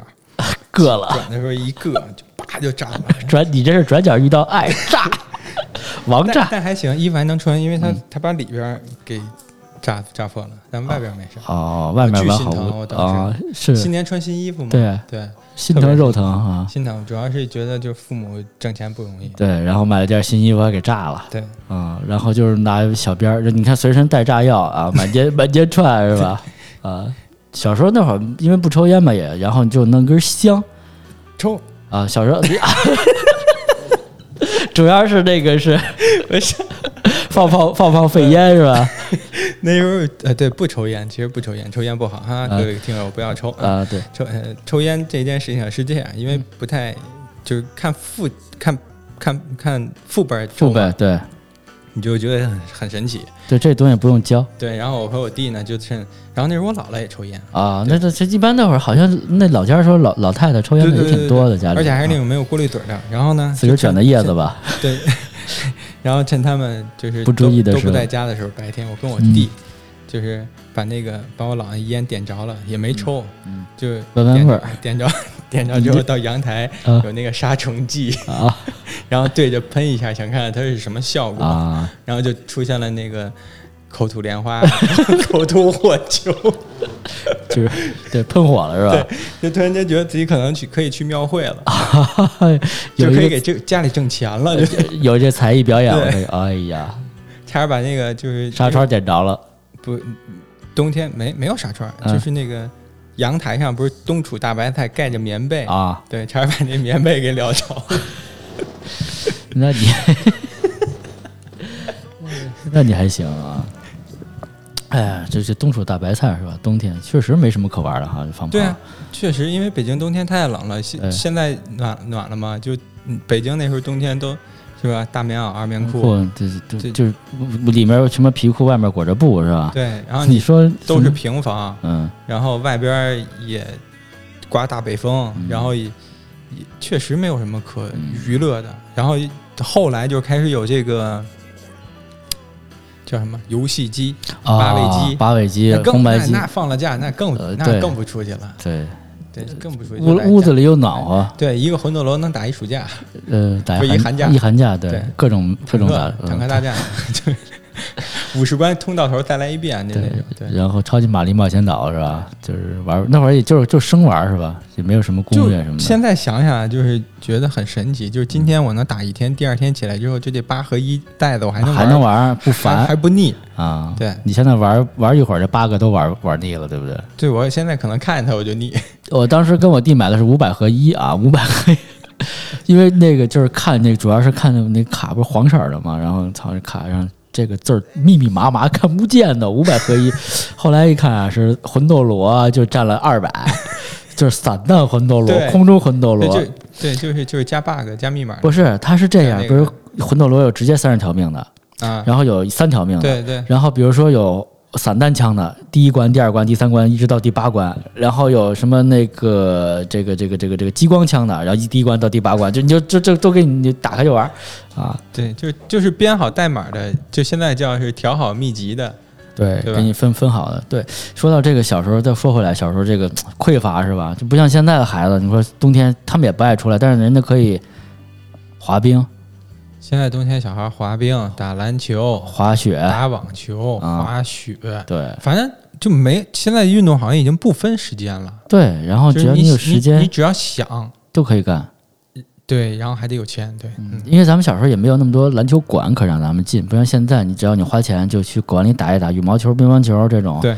Speaker 1: 硌了，
Speaker 2: 转的时候一硌，就啪就炸了。
Speaker 1: 转你这是转角遇到爱炸，王
Speaker 2: 但
Speaker 1: 炸。嗯
Speaker 2: 但还行，衣服还能穿，因为它它把里边儿给炸炸破了，但外边儿没事。
Speaker 1: 哦，外面
Speaker 2: 巨
Speaker 1: 完
Speaker 2: 心
Speaker 1: 好
Speaker 2: 疼
Speaker 1: 无
Speaker 2: 我当
Speaker 1: 啊，
Speaker 2: 新
Speaker 1: 是，
Speaker 2: 年穿新衣服嘛，
Speaker 1: 对，啊
Speaker 2: 对，
Speaker 1: 心
Speaker 2: 特别
Speaker 1: 疼肉疼啊，
Speaker 2: 心疼，主要是觉得就是父母挣钱不容易，
Speaker 1: 对，然后买了件新衣服还给炸了。
Speaker 2: 对，
Speaker 1: 啊、然后就是拿小鞭儿，就你看随身带炸药啊，满街 (laughs) 满街串是吧？啊，小时候那会儿因为不抽烟嘛也，然后你就弄根香
Speaker 2: 抽
Speaker 1: 啊，小时候， (laughs) 主要是那个
Speaker 2: (laughs)
Speaker 1: 是
Speaker 2: 没事。
Speaker 1: 放放放放肺烟是吧？
Speaker 2: 那时候呃对不抽烟，其实不抽烟，抽烟不好哈，
Speaker 1: 嗯
Speaker 2: 各位听友不要抽。
Speaker 1: 啊，对，
Speaker 2: 抽呃抽烟这件事情是这样，
Speaker 1: 嗯
Speaker 2: 因为不太就是看父看看看父辈儿抽
Speaker 1: 父
Speaker 2: 嘛
Speaker 1: 辈，对
Speaker 2: 你就觉得很很神奇。
Speaker 1: 对，这东西不用教
Speaker 2: 对，然后我和我弟呢，就是，然后那时候我姥姥也抽烟，
Speaker 1: 啊。那这这一般那会儿好像那老家说老老太太抽烟的
Speaker 2: 对
Speaker 1: 也
Speaker 2: 对对
Speaker 1: 挺多的，
Speaker 2: 对
Speaker 1: 家里
Speaker 2: 而且还是那
Speaker 1: 啊
Speaker 2: 种没有过滤嘴儿的。然后呢，
Speaker 1: 自个儿卷的叶子吧，
Speaker 2: 对，然后趁他们就是
Speaker 1: 不注意的
Speaker 2: 都都
Speaker 1: 时候嗯
Speaker 2: 不在家的时候，白天我跟我弟就是把那个把我姥爷烟点着了，也没抽，
Speaker 1: 嗯
Speaker 2: 就
Speaker 1: 闻闻
Speaker 2: 点
Speaker 1: 味儿嗯
Speaker 2: 点着 (laughs) 点着之后到阳台
Speaker 1: 啊
Speaker 2: 有那个杀虫剂，
Speaker 1: 啊
Speaker 2: (laughs) 然后对着喷一下，想看看它是什么效果，
Speaker 1: 啊，
Speaker 2: 然后就出现了那个口吐莲花、 (laughs) 口吐火球，
Speaker 1: 就是对喷火了是吧？
Speaker 2: 就突然间觉得自己可能去可以去庙会了，就
Speaker 1: 啊 (laughs) 有一
Speaker 2: 可以
Speaker 1: 个呃
Speaker 2: 给这家里挣钱了，就
Speaker 1: 有这才艺表演，我
Speaker 2: 对
Speaker 1: 这个哎呀，
Speaker 2: 差点把那个就是
Speaker 1: 纱窗点着了
Speaker 2: 不，冬天没没有纱窗，
Speaker 1: 嗯
Speaker 2: 就是那个阳台上不是冬储大白菜盖着棉被，
Speaker 1: 啊！
Speaker 2: 对，差点把那棉被给燎
Speaker 1: (laughs)
Speaker 2: 着了。
Speaker 1: 那你， (laughs) 那你还行啊。哎呀，这这冬储大白菜是吧？冬天确实没什么可玩的哈，就放炮。
Speaker 2: 对啊，确实，因为北京冬天太冷了，现
Speaker 1: 对
Speaker 2: 现在暖暖了嘛，就嗯北京那时候冬天都是吧，大棉袄、二棉裤，
Speaker 1: 裤这这这
Speaker 2: 这
Speaker 1: 就是嗯里面什么皮裤，外面裹着布是吧？
Speaker 2: 对，然后
Speaker 1: 你
Speaker 2: 你
Speaker 1: 说
Speaker 2: 啊都是
Speaker 1: 什么
Speaker 2: 平房，
Speaker 1: 嗯，
Speaker 2: 然后外边儿也刮大北风，
Speaker 1: 嗯
Speaker 2: 然后也也确实没有什么可
Speaker 1: 嗯
Speaker 2: 娱乐的。然后后来就开始有这个叫什么游戏机，八
Speaker 1: 啊
Speaker 2: 味鸡
Speaker 1: 八尾鸡
Speaker 2: 那、更
Speaker 1: 红白
Speaker 2: 那
Speaker 1: 鸡，
Speaker 2: 那放了假，那更、
Speaker 1: 呃对
Speaker 2: 那更不出去了，
Speaker 1: 对，
Speaker 2: 对，更不出去。
Speaker 1: 屋
Speaker 2: 就来
Speaker 1: 屋子
Speaker 2: 家
Speaker 1: 里又暖和，
Speaker 2: 对一个魂斗罗能打一暑假，
Speaker 1: 呃，打
Speaker 2: 不
Speaker 1: 一
Speaker 2: 一寒假
Speaker 1: 一寒假，对
Speaker 2: 对，
Speaker 1: 各种各种打嗯
Speaker 2: 坦，克坦克大战，就是 (laughs) 五十关通到头再来一遍那那
Speaker 1: 对
Speaker 2: 种，对。
Speaker 1: 然后超级玛丽冒险岛是吧？就是玩那会儿，也就是就生玩是吧？也没有什么攻
Speaker 2: 就
Speaker 1: 略什么的。
Speaker 2: 现在想想，就是觉得很神奇。就是今天我能打一天，第二天起来之后，就这八合一袋子我还能
Speaker 1: 还能玩不
Speaker 2: 还
Speaker 1: 烦
Speaker 2: 还不腻。
Speaker 1: 啊！
Speaker 2: 对
Speaker 1: 你现在玩玩一会儿，这八个都玩玩腻了，对不对？
Speaker 2: 对我现在可能看见它我就腻。
Speaker 1: 我当时跟我弟买的是五百合一啊，五百合一，因为那个就是看那主要是看那卡不是黄色儿的嘛，然后操这卡上这个字儿密密麻麻看不见的五百合一，后来一看啊是魂斗罗啊就占了二百，就是散弹魂斗罗、
Speaker 2: 对
Speaker 1: 空中魂斗
Speaker 2: 对，
Speaker 1: 罗，
Speaker 2: (laughs) 就对，就是就是加 bug 加密码
Speaker 1: 不是，他是这样，
Speaker 2: 那
Speaker 1: 比
Speaker 2: 个
Speaker 1: 如魂斗罗有直接三十条命的，
Speaker 2: 啊。
Speaker 1: 然后有三条命的，
Speaker 2: 对对，
Speaker 1: 然后比如说有散弹枪的，第一关、第二关、第三关一直到第八关，然后有什么那个这个这个这个这个激光枪的，然后一第一关到第八关，就你就就就都给你你打开就玩儿啊，
Speaker 2: 对，就是就是编好代码的，就现在叫是调好秘籍的。
Speaker 1: 对，
Speaker 2: 对吧
Speaker 1: 给你分分好的。对，说到这个小时候，再说回来，小时候这个匮乏是吧？就不像现在的孩子，你说冬天他们也不爱出来，但是人家可以滑冰、
Speaker 2: 现在冬天小孩滑冰、打篮球、
Speaker 1: 滑雪，
Speaker 2: 打网球、
Speaker 1: 啊
Speaker 2: 滑雪，
Speaker 1: 对
Speaker 2: 反正就没现在运动好像已经不分时间了。
Speaker 1: 对，然后只
Speaker 2: 就是
Speaker 1: 要
Speaker 2: 你
Speaker 1: 有
Speaker 2: 你
Speaker 1: 时
Speaker 2: 你
Speaker 1: 间
Speaker 2: 只要想，
Speaker 1: 都可以干。
Speaker 2: 对，然后还得有钱，对，嗯，
Speaker 1: 因为咱们小时候也没有那么多篮球馆可让咱们进，不像现在，你只要你花钱就去馆里打一打羽毛球、乒乓球这种。
Speaker 2: 对，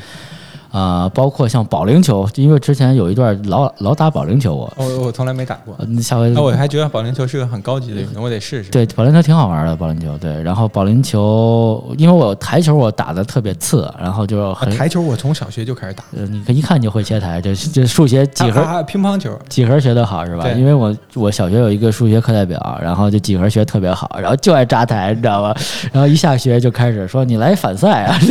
Speaker 1: 啊、包括像保龄球，因为之前有一段老老打保龄球我，
Speaker 2: 我哦我从来没打过，
Speaker 1: 呃那下回、
Speaker 2: 那我还觉得保龄球是个很高级的运动，我得试试。啊
Speaker 1: 对保龄球挺好玩的，保龄球对，然后保龄球，因为我台球我打的特别次，然后就
Speaker 2: 啊
Speaker 1: 很、
Speaker 2: 台球我从小学就开始打，
Speaker 1: 呃，你一看就会切台，这这数学几何
Speaker 2: 啊啊乒乓球，
Speaker 1: 几何学的好是吧？
Speaker 2: 对
Speaker 1: 因为我我小学有一个数学课代表，然后就几何学特别好，然后就爱扎台，你知道吧？然后一下学就开始说你来反赛啊， (laughs)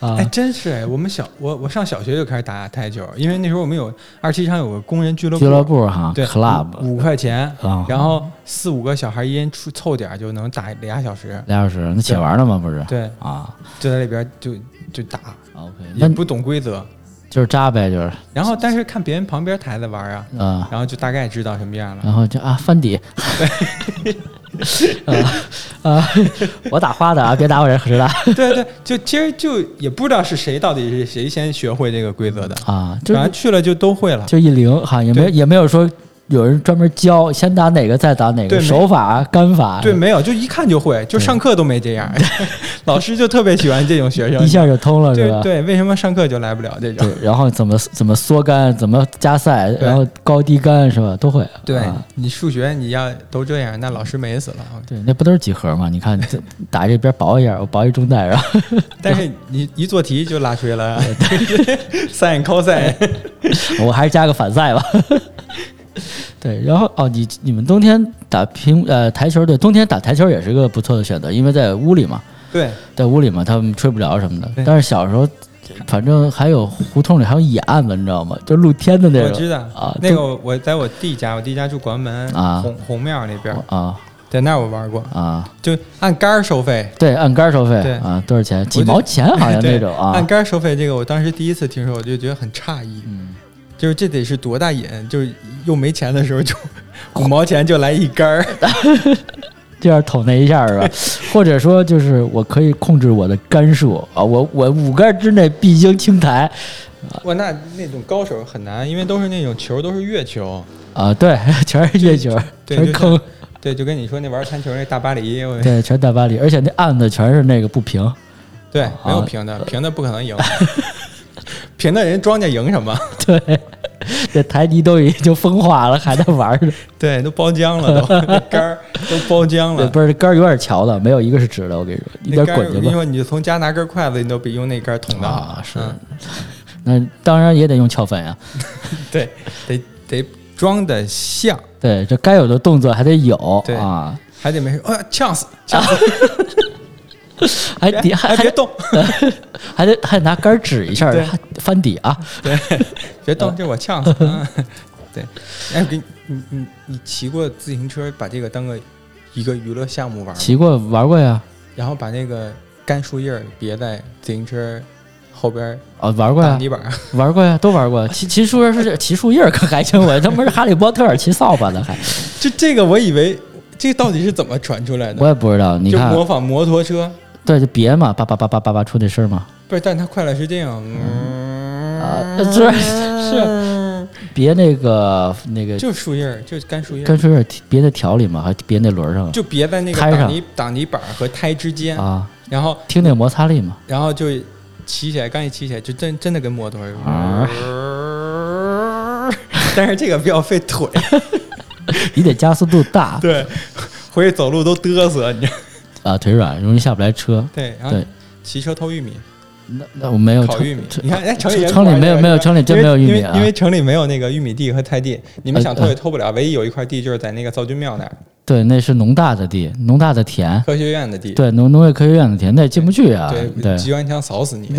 Speaker 2: 哎，真是哎，我们小我我上小学就开始打台球，因为那时候我们有二七上有个工人俱乐部，
Speaker 1: 俱乐部哈
Speaker 2: 对
Speaker 1: ，club
Speaker 2: 五五块钱，
Speaker 1: 啊，
Speaker 2: 然后四五个小孩一人出凑点儿就能打俩小时，
Speaker 1: 俩小时那且玩呢吗？不是
Speaker 2: 对，
Speaker 1: 啊
Speaker 2: 就在里边就就打，
Speaker 1: ，OK，
Speaker 2: 也
Speaker 1: 那
Speaker 2: 不懂规则，
Speaker 1: 就是扎呗，就是
Speaker 2: 然后但是看别人旁边台子玩啊，
Speaker 1: 啊，
Speaker 2: 然后就大概知道什么样了。
Speaker 1: 然后就啊翻底， (laughs) 啊啊，我打花的啊，别打我人石的 (laughs)
Speaker 2: 对对，就其实就也不知道是谁到底是谁先学会这个规则的，
Speaker 1: 啊，就
Speaker 2: 反
Speaker 1: 是
Speaker 2: 正去了就都会了。
Speaker 1: 就一零哈，也没有
Speaker 2: 啊对
Speaker 1: 也没有说有人专门教先打哪个再打哪
Speaker 2: 对
Speaker 1: 个
Speaker 2: 没
Speaker 1: 手法杆法
Speaker 2: 对，没有，就一看就会，就上课都没这样。
Speaker 1: (laughs)
Speaker 2: 老师就特别喜欢这种学生
Speaker 1: 一。下就通了是
Speaker 2: 对
Speaker 1: 吧？
Speaker 2: 对，为什么上课就来不了这种？
Speaker 1: 对，然后怎么怎么缩杆，怎么加赛，
Speaker 2: 对
Speaker 1: 然后高低杆是吧？都会。
Speaker 2: 对
Speaker 1: 啊
Speaker 2: 你数学你要都这样，那老师美死了。
Speaker 1: 对，那不都是几何吗？你看这打这边薄一点，我薄一中带，然后
Speaker 2: 但是你一做题就拉出来了 (laughs) ，sin、cos，
Speaker 1: (laughs) 我还是加个反赛吧。 (laughs) 对，然后哦，你你们冬天打乒呃台球，对，冬天打台球也是个不错的选择，因为在屋里嘛，
Speaker 2: 对，
Speaker 1: 在屋里嘛，他们吹不着什么的
Speaker 2: 对。
Speaker 1: 但是小时候，反正还有胡同里还有野案子，你知道吗？就露天的那
Speaker 2: 我
Speaker 1: 种
Speaker 2: 知道
Speaker 1: 啊
Speaker 2: 那
Speaker 1: 都
Speaker 2: 个我在我弟家，我弟家住广门
Speaker 1: 啊
Speaker 2: 红红庙那边，
Speaker 1: 啊
Speaker 2: 在那儿我玩过，
Speaker 1: 啊，
Speaker 2: 就按杆儿收费，
Speaker 1: 对，按杆收费
Speaker 2: 对
Speaker 1: 啊，多少钱？几
Speaker 2: 我就
Speaker 1: 毛钱好像
Speaker 2: 对
Speaker 1: 那种啊。
Speaker 2: 按杆儿收费这个，我当时第一次听说，我就觉得很诧异，
Speaker 1: 嗯
Speaker 2: 就是这得是多大瘾，就是又没钱的时候就五毛钱就来一杆儿，
Speaker 1: 这样捅那一下是吧？ (laughs) 或者说就是我可以控制我的杆数啊，我我五杆之内必经青苔
Speaker 2: (laughs) 哇，那那种高手很难，因为都是那种球都是月球，
Speaker 1: 啊，对，全是月球，
Speaker 2: 对
Speaker 1: 全是坑，
Speaker 2: 对，就跟你说那玩弹球那大巴黎，我
Speaker 1: 对，全是大巴黎，而且那案子全是那个不平 (laughs)
Speaker 2: 对
Speaker 1: 啊，
Speaker 2: 没有平的，平的不可能
Speaker 1: (laughs)
Speaker 2: 赢，平的人庄稼赢什么？ (laughs)
Speaker 1: (laughs) 这台泥都已经风化了，还在玩儿呢，
Speaker 2: 对，都包浆
Speaker 1: (laughs)
Speaker 2: 了，都那杆儿都包浆
Speaker 1: 对
Speaker 2: 了。
Speaker 1: 不是杆儿有点翘的，没有一个是直的，我跟你说，一
Speaker 2: 那
Speaker 1: 边
Speaker 2: 杆儿，
Speaker 1: 滚去
Speaker 2: 你
Speaker 1: 吧
Speaker 2: 说你就从家拿根筷子，你都比用那杆儿捅的好
Speaker 1: 啊，是
Speaker 2: 嗯，
Speaker 1: 那当然也得用翘粉啊呀，
Speaker 2: 对，得得装的像，
Speaker 1: 对，这该有的动作还得有
Speaker 2: 对
Speaker 1: 啊，
Speaker 2: 还得没事，啊，
Speaker 1: (laughs)
Speaker 2: 呛死，呛死，
Speaker 1: 还
Speaker 2: 别
Speaker 1: 得还
Speaker 2: 哎
Speaker 1: 还
Speaker 2: 别动，
Speaker 1: 还得还得拿杆儿指一下
Speaker 2: 对，
Speaker 1: 还翻底啊，
Speaker 2: 对，别动，这我呛死。嗯 (laughs) 对，哎，我给你，你你你骑过自行车，把这个当个一个娱乐项目玩吗？
Speaker 1: 骑过玩过呀，
Speaker 2: 然后把那个干树叶儿别在自行车后边儿
Speaker 1: 啊，玩过呀
Speaker 2: 挡，泥板儿。 (laughs)
Speaker 1: 玩过呀，都玩过。骑骑树叶是骑树叶可还行，我他妈是哈利波特骑扫把的还，
Speaker 2: 就这个，我以为这到底是怎么传出来
Speaker 1: 我
Speaker 2: 的？
Speaker 1: 也不知道。你
Speaker 2: 就
Speaker 1: 看，
Speaker 2: 模仿摩托车，
Speaker 1: 对，就别嘛，叭叭叭叭叭叭出那声嘛，
Speaker 2: 不是？但它快乐是这样，嗯啊
Speaker 1: 啊是是，别那个那个
Speaker 2: 就树叶儿，就干树叶儿
Speaker 1: 嗯跟，树叶别在条里嘛，还别那轮上
Speaker 2: 就别在那个
Speaker 1: 胎上
Speaker 2: 挡泥挡泥板儿和胎之间，
Speaker 1: 啊，
Speaker 2: 然后
Speaker 1: 听那个摩擦力
Speaker 2: (laughs)
Speaker 1: 嘛。
Speaker 2: 然后就骑起来，刚一骑起来就真真的跟摩托似
Speaker 1: 啊
Speaker 2: 的。 (laughs) 但是这个比较费腿，
Speaker 1: (laughs) 你得加速度大
Speaker 2: 对，回去走路都嘚瑟，你知道？
Speaker 1: 啊，腿软容易下不来车。
Speaker 2: 对，然后
Speaker 1: 对，
Speaker 2: 骑车偷玉米，
Speaker 1: 那那我没有
Speaker 2: 烤
Speaker 1: 车
Speaker 2: 玉米。
Speaker 1: 车
Speaker 2: 你看，哎，城里
Speaker 1: 城
Speaker 2: 人
Speaker 1: 城
Speaker 2: 不
Speaker 1: 里
Speaker 2: 玩
Speaker 1: 没
Speaker 2: 这
Speaker 1: 有
Speaker 2: 个
Speaker 1: 没有
Speaker 2: 是吧
Speaker 1: 城里真
Speaker 2: 因
Speaker 1: 没有
Speaker 2: 为
Speaker 1: 玉米
Speaker 2: 因为
Speaker 1: 啊
Speaker 2: 因为城里没有那个玉米地和菜地，你们
Speaker 1: 呃
Speaker 2: 想偷
Speaker 1: 呃
Speaker 2: 也偷不了。唯一有一块地就是在那个造军庙那儿，
Speaker 1: 对，那是农大的地，农大的田，
Speaker 2: 科学院的地。
Speaker 1: 对，农农业科学院的田，那也进不去啊。
Speaker 2: 对，
Speaker 1: 对
Speaker 2: 机关枪扫死你！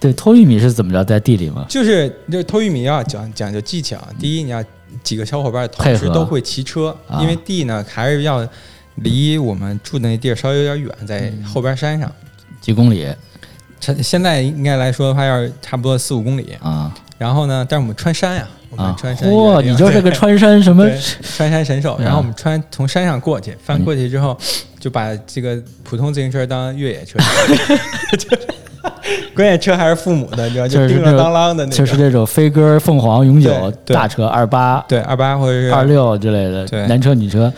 Speaker 1: 对，偷玉米是怎么着，在地里嘛？
Speaker 2: 就是就是偷玉米要讲讲究技巧，啊第一你要几个小伙伴同
Speaker 1: 配
Speaker 2: 时
Speaker 1: 合
Speaker 2: 都会骑车，
Speaker 1: 啊
Speaker 2: 因为地呢还是要离我们住的那地儿稍微有点远，在后边山上。
Speaker 1: 几公里
Speaker 2: 现现在应该来说的话，要是差不多四五公里。
Speaker 1: 啊。
Speaker 2: 然后呢，但是我们穿山呀、我
Speaker 1: 啊
Speaker 2: 们，穿山越野。
Speaker 1: 嚯，你就是
Speaker 2: (laughs)
Speaker 1: 个穿山什么
Speaker 2: 对，穿山神兽。
Speaker 1: 嗯
Speaker 2: 然后我们穿从山上过去，翻过去之后，就把这个普通自行车当越
Speaker 1: (laughs)
Speaker 2: 野车，关键车还是父母的，你知道，
Speaker 1: 就是
Speaker 2: 叮
Speaker 1: 那
Speaker 2: 当
Speaker 1: 种
Speaker 2: 当啷的那
Speaker 1: (laughs) 就是
Speaker 2: 种。
Speaker 1: 那种飞鸽、凤凰、永久
Speaker 2: 对对
Speaker 1: 大车二八、
Speaker 2: 对，二八或者是
Speaker 1: 二六之类的
Speaker 2: 对
Speaker 1: 男车、女车，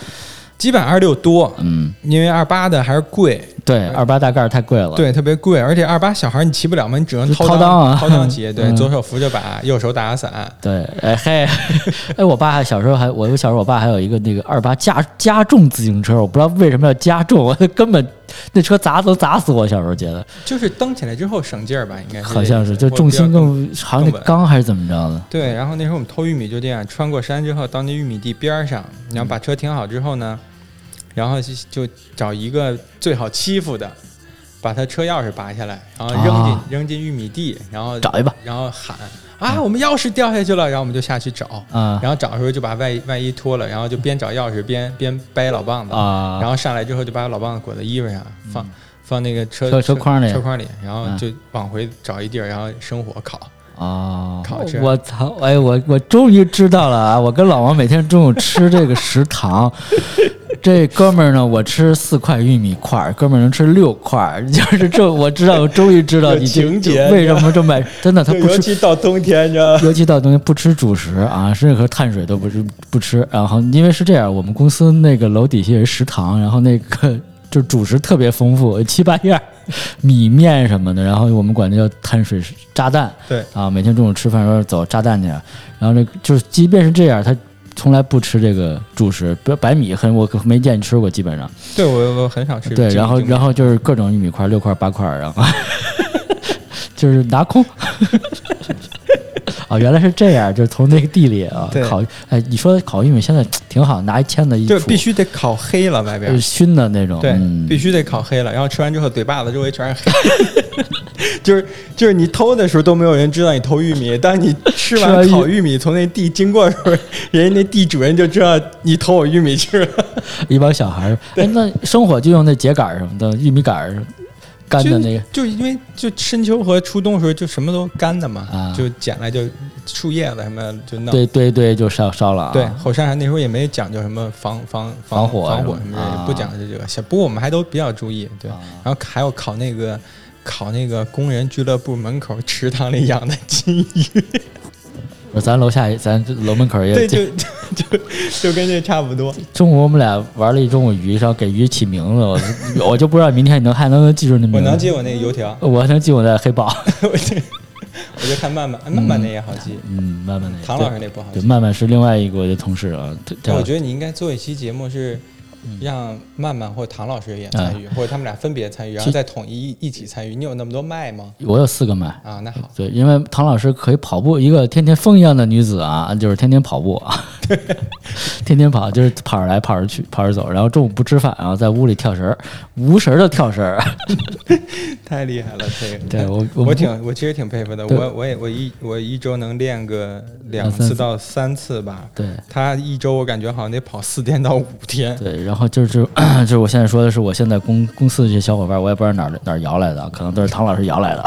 Speaker 2: 基本二六多，
Speaker 1: 嗯，
Speaker 2: 因为二八的还是贵，
Speaker 1: 对，二八大盖儿太贵了，
Speaker 2: 对，特别贵，而且二八小孩你骑不了嘛，你只能
Speaker 1: 就
Speaker 2: 掏
Speaker 1: 掏裆啊
Speaker 2: 掏裆
Speaker 1: (laughs)
Speaker 2: 骑，对，
Speaker 1: 嗯
Speaker 2: 左手扶着把，右手打伞，
Speaker 1: 对，哎嘿，哎，我爸还小时候还，我我小时候我爸还有一个那个二八加加重自行车，我不知道为什么要加重，我根本那车砸都砸死我，小时候觉得
Speaker 2: 就是蹬起来之后省劲儿吧，应该是
Speaker 1: 好像是就
Speaker 2: 我比较
Speaker 1: 重心更好像
Speaker 2: 更
Speaker 1: 那
Speaker 2: 稳
Speaker 1: 钢还是怎么着的，
Speaker 2: 对，然后那时候我们偷玉米就这样，穿过山之后到那玉米地边儿上，然后把车停好之后呢，然后就就找一个最好欺负的，把他车钥匙拔下来，然后扔进、
Speaker 1: 啊
Speaker 2: 扔进玉米地，然后
Speaker 1: 找一把
Speaker 2: 然后喊啊，我们钥匙掉下去了，然后我们就下去找，
Speaker 1: 啊嗯
Speaker 2: 然后找的时候就把外衣外衣脱了，然后就边找钥匙边边掰老棒子，
Speaker 1: 啊
Speaker 2: 然后上来之后就把老棒子裹在衣服上放。放那个车
Speaker 1: 车车筐里
Speaker 2: 车筐里，然后
Speaker 1: 嗯
Speaker 2: 就往回找一地儿，然后生火烤。
Speaker 1: 啊
Speaker 2: 烤翅！
Speaker 1: 我操！哎，我我终于知道了啊！我跟老王每天中午吃这个食堂， (laughs) 这哥们儿呢，我吃四块玉米块儿，哥们儿能吃六块儿， (laughs) 就是这我知道，我终于知道你这
Speaker 2: 有情节
Speaker 1: 为什么这么真的他不吃，
Speaker 2: 到冬天，你知道吗？
Speaker 1: 尤其到东西不吃主食啊，任何碳水都不吃不吃。然后因为是这样，我们公司那个楼底下有一食堂，然后那个就主食特别丰富，七八样儿米面什么的，然后我们管这叫碳水炸弹。
Speaker 2: 对，
Speaker 1: 啊，每天中午吃饭的时候走炸弹去，啊然后这就是即便是这样，他从来不吃这个主食，不白米很我可没见你吃过，基本上
Speaker 2: 对我我很少吃。
Speaker 1: 对，然后然
Speaker 2: 后
Speaker 1: 后就是各种玉米块六块八块，然后 (laughs) 就是拿空。啊，原来是这样，就是从那个地里啊
Speaker 2: 对
Speaker 1: 烤，哎，你说烤玉米现在挺好，拿一签子一
Speaker 2: 就
Speaker 1: 杵，
Speaker 2: 必须得烤黑了外边
Speaker 1: 就是
Speaker 2: 儿，
Speaker 1: 熏的那种，
Speaker 2: 对，
Speaker 1: 嗯、
Speaker 2: 必须得烤黑了。然后吃完之后，嘴巴子周围全是黑。 (laughs) 就是就是你偷的时候都没有人知道你偷玉米，当你吃
Speaker 1: 吃完
Speaker 2: 完
Speaker 1: 玉
Speaker 2: 烤玉米从那地经过的时候，人家那地主人就知道你偷我玉
Speaker 1: (laughs)
Speaker 2: 米去了。
Speaker 1: 一帮小孩儿，哎，那生火就用那秸秆儿什么的，玉米杆儿干的那个，
Speaker 2: 就因为就深秋和初冬的时候就什么都干的嘛，
Speaker 1: 啊
Speaker 2: 就捡来就树叶子什么就弄。
Speaker 1: 对对对，就烧烧了啊，
Speaker 2: 对，后山上那时候也没讲究什么防防
Speaker 1: 防火
Speaker 2: 防
Speaker 1: 是
Speaker 2: 火
Speaker 1: 吧
Speaker 2: 什么的，
Speaker 1: 啊
Speaker 2: 也不讲究这个。小不过我们还都比较注意，对。
Speaker 1: 啊
Speaker 2: 然后还有烤那个烤那个工人俱乐部门口池塘里养的金鱼，
Speaker 1: 不是咱楼下也，咱这楼门口也
Speaker 2: (laughs)
Speaker 1: 嗯
Speaker 2: 对，就就就就跟这差不多。
Speaker 1: 中午我们俩玩了一中午鱼，然后给鱼起名字，我我 (laughs) 就不知道明天你能还能记住那名字。
Speaker 2: 我能记我那个油条， (laughs)
Speaker 1: 我还能记我的黑豹。
Speaker 2: 我就我就看曼曼，哎曼曼那也好记，
Speaker 1: 嗯，慢慢的。
Speaker 2: 唐老师那不好
Speaker 1: 对，
Speaker 2: 记
Speaker 1: 对。曼曼是另外一个我的同事啊，对
Speaker 2: 但我
Speaker 1: 对
Speaker 2: 觉得你应该做一期节目是。
Speaker 1: 嗯
Speaker 2: 让曼曼或唐老师也参与，或者他们俩分别参与，然后
Speaker 1: 其
Speaker 2: 再统一一起参与。你有那么多麦吗？
Speaker 1: 我有四个麦。
Speaker 2: 啊，那好，
Speaker 1: 对，因为唐老师可以跑步，一个天天风一样的女子啊，就是天天跑步
Speaker 2: (laughs)
Speaker 1: 啊，天天跑， (laughs) 就是跑着来，跑着去，跑着走，然后中午不吃饭，然后在屋里跳绳儿，无绳的跳
Speaker 2: (laughs)
Speaker 1: 绳儿。
Speaker 2: 太厉害了，这个。
Speaker 1: 对我，
Speaker 2: 我
Speaker 1: 们
Speaker 2: 挺，我其实挺佩服的。
Speaker 1: 对
Speaker 2: 我我也我一我一周能练个两
Speaker 1: 两三次
Speaker 2: 次到三次吧。
Speaker 1: 对。
Speaker 2: 他一周我感觉好像得跑四天到五 (laughs) 天。
Speaker 1: 对，然后就是 (coughs) 就是我现在说的是我现在公公司的这些小伙伴，我也不知道哪儿哪儿摇来的，啊可能都是唐老师摇来的。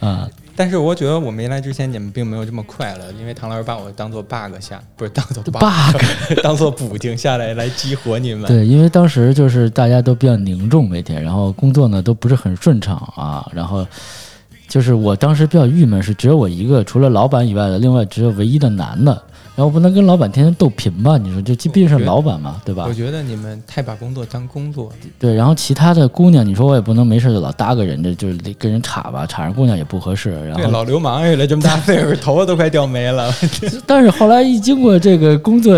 Speaker 1: (laughs) 啊、
Speaker 2: 但是我觉得我没来之前你们并没有这么快乐，因为唐老师把我当做 bug 下，不是当做
Speaker 1: b
Speaker 2: bug，
Speaker 1: u g
Speaker 2: 当做补丁下来来激活你们。
Speaker 1: 对，因为当时就是大家都比较凝重每天，然后工作呢都不是很顺畅啊，然后就是我当时比较郁闷，是只有我一个，除了老板以外的，另外只有唯一的男的，然后我不能跟老板天天斗贫吧？你说这毕竟是老板嘛，对吧
Speaker 2: 我？觉得你们太把工作当工作了。
Speaker 1: 对，然后其他的姑娘，你说我也不能没事就老搭个人，这就是得跟人插吧，插上姑娘也不合适，然
Speaker 2: 对，
Speaker 1: 后
Speaker 2: 老流氓似的，这么大岁数，头发都快掉没了。 (laughs)
Speaker 1: 但是后来一经过这个工作，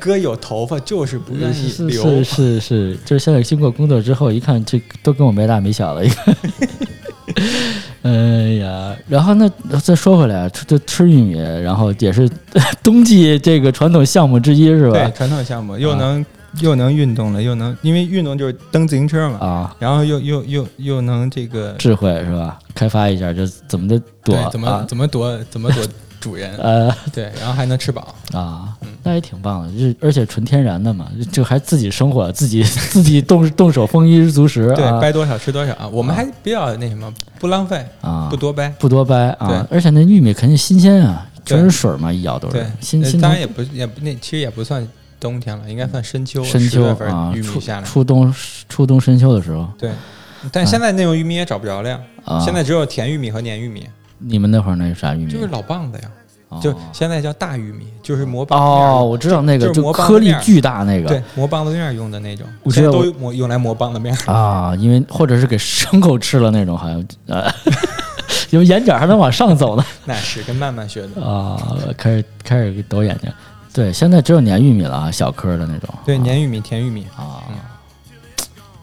Speaker 2: 哥有头发就是不愿意
Speaker 1: 呃
Speaker 2: (laughs)
Speaker 1: 是
Speaker 2: 留
Speaker 1: 是。是是，就是现在经过工作之后，一看这都跟我没大没小了，一看，哎呀，然后那再说回来，吃就吃玉米，然后也是 (laughs) 冬季这个传统项目之一，是吧？
Speaker 2: 对
Speaker 1: 啊
Speaker 2: 传统项目又能、又能运动了，又能因为运动就是蹬自行车嘛，
Speaker 1: 啊，
Speaker 2: 然后又又又又能这个
Speaker 1: 智慧是吧？开发一下，这怎么的躲
Speaker 2: 对怎么、
Speaker 1: 啊？
Speaker 2: 怎么躲怎么躲 (laughs)
Speaker 1: (laughs)
Speaker 2: 主人，
Speaker 1: 呃
Speaker 2: 对，然后还能吃饱，
Speaker 1: 啊，那也挺棒的，就是而且纯天然的嘛，就还自己生活，自己 (laughs) 自己动动手丰衣足食
Speaker 2: 对，
Speaker 1: 啊
Speaker 2: 掰多少吃多少，我们还比较那什么不浪费，
Speaker 1: 啊
Speaker 2: 不，多掰。
Speaker 1: 不多掰啊，
Speaker 2: 对
Speaker 1: 而且那玉米肯定新鲜啊，
Speaker 2: 对
Speaker 1: 全是水嘛，一咬都
Speaker 2: 对
Speaker 1: 是，新
Speaker 2: 呃
Speaker 1: 新
Speaker 2: 当
Speaker 1: 的
Speaker 2: 然也不也不那其实也不算冬天了，应该算深秋，
Speaker 1: 深
Speaker 2: 10
Speaker 1: 秋
Speaker 2: 月份
Speaker 1: 啊
Speaker 2: 玉，米
Speaker 1: 初
Speaker 2: 下来，
Speaker 1: 初冬初冬深秋的时候
Speaker 2: 对。但现在那种玉米也找不着了呀，
Speaker 1: 啊，
Speaker 2: 现在只有甜玉米和黏玉米，
Speaker 1: 你们那会儿那是啥玉米
Speaker 2: 就是老棒子呀，
Speaker 1: 哦
Speaker 2: 就现在叫大玉米，就是磨棒子面儿
Speaker 1: 哦，
Speaker 2: 用
Speaker 1: 我知道那个
Speaker 2: 就是
Speaker 1: 就
Speaker 2: 磨棒
Speaker 1: 颗
Speaker 2: 子
Speaker 1: 粒
Speaker 2: 面儿
Speaker 1: 巨大那个
Speaker 2: 对，磨棒子面儿用的那种，
Speaker 1: 我知
Speaker 2: 现
Speaker 1: 道
Speaker 2: 在都磨用来磨棒子面儿。
Speaker 1: 啊，因为或者是给牲口吃了那种，好像呃， (laughs) 因为眼角还能往上走呢
Speaker 2: 那是跟曼曼学的。
Speaker 1: 啊，开始开始抖眼睛。对，现在只有粘玉米了啊，小颗的那种。
Speaker 2: 对，粘玉米、甜玉米。
Speaker 1: 啊，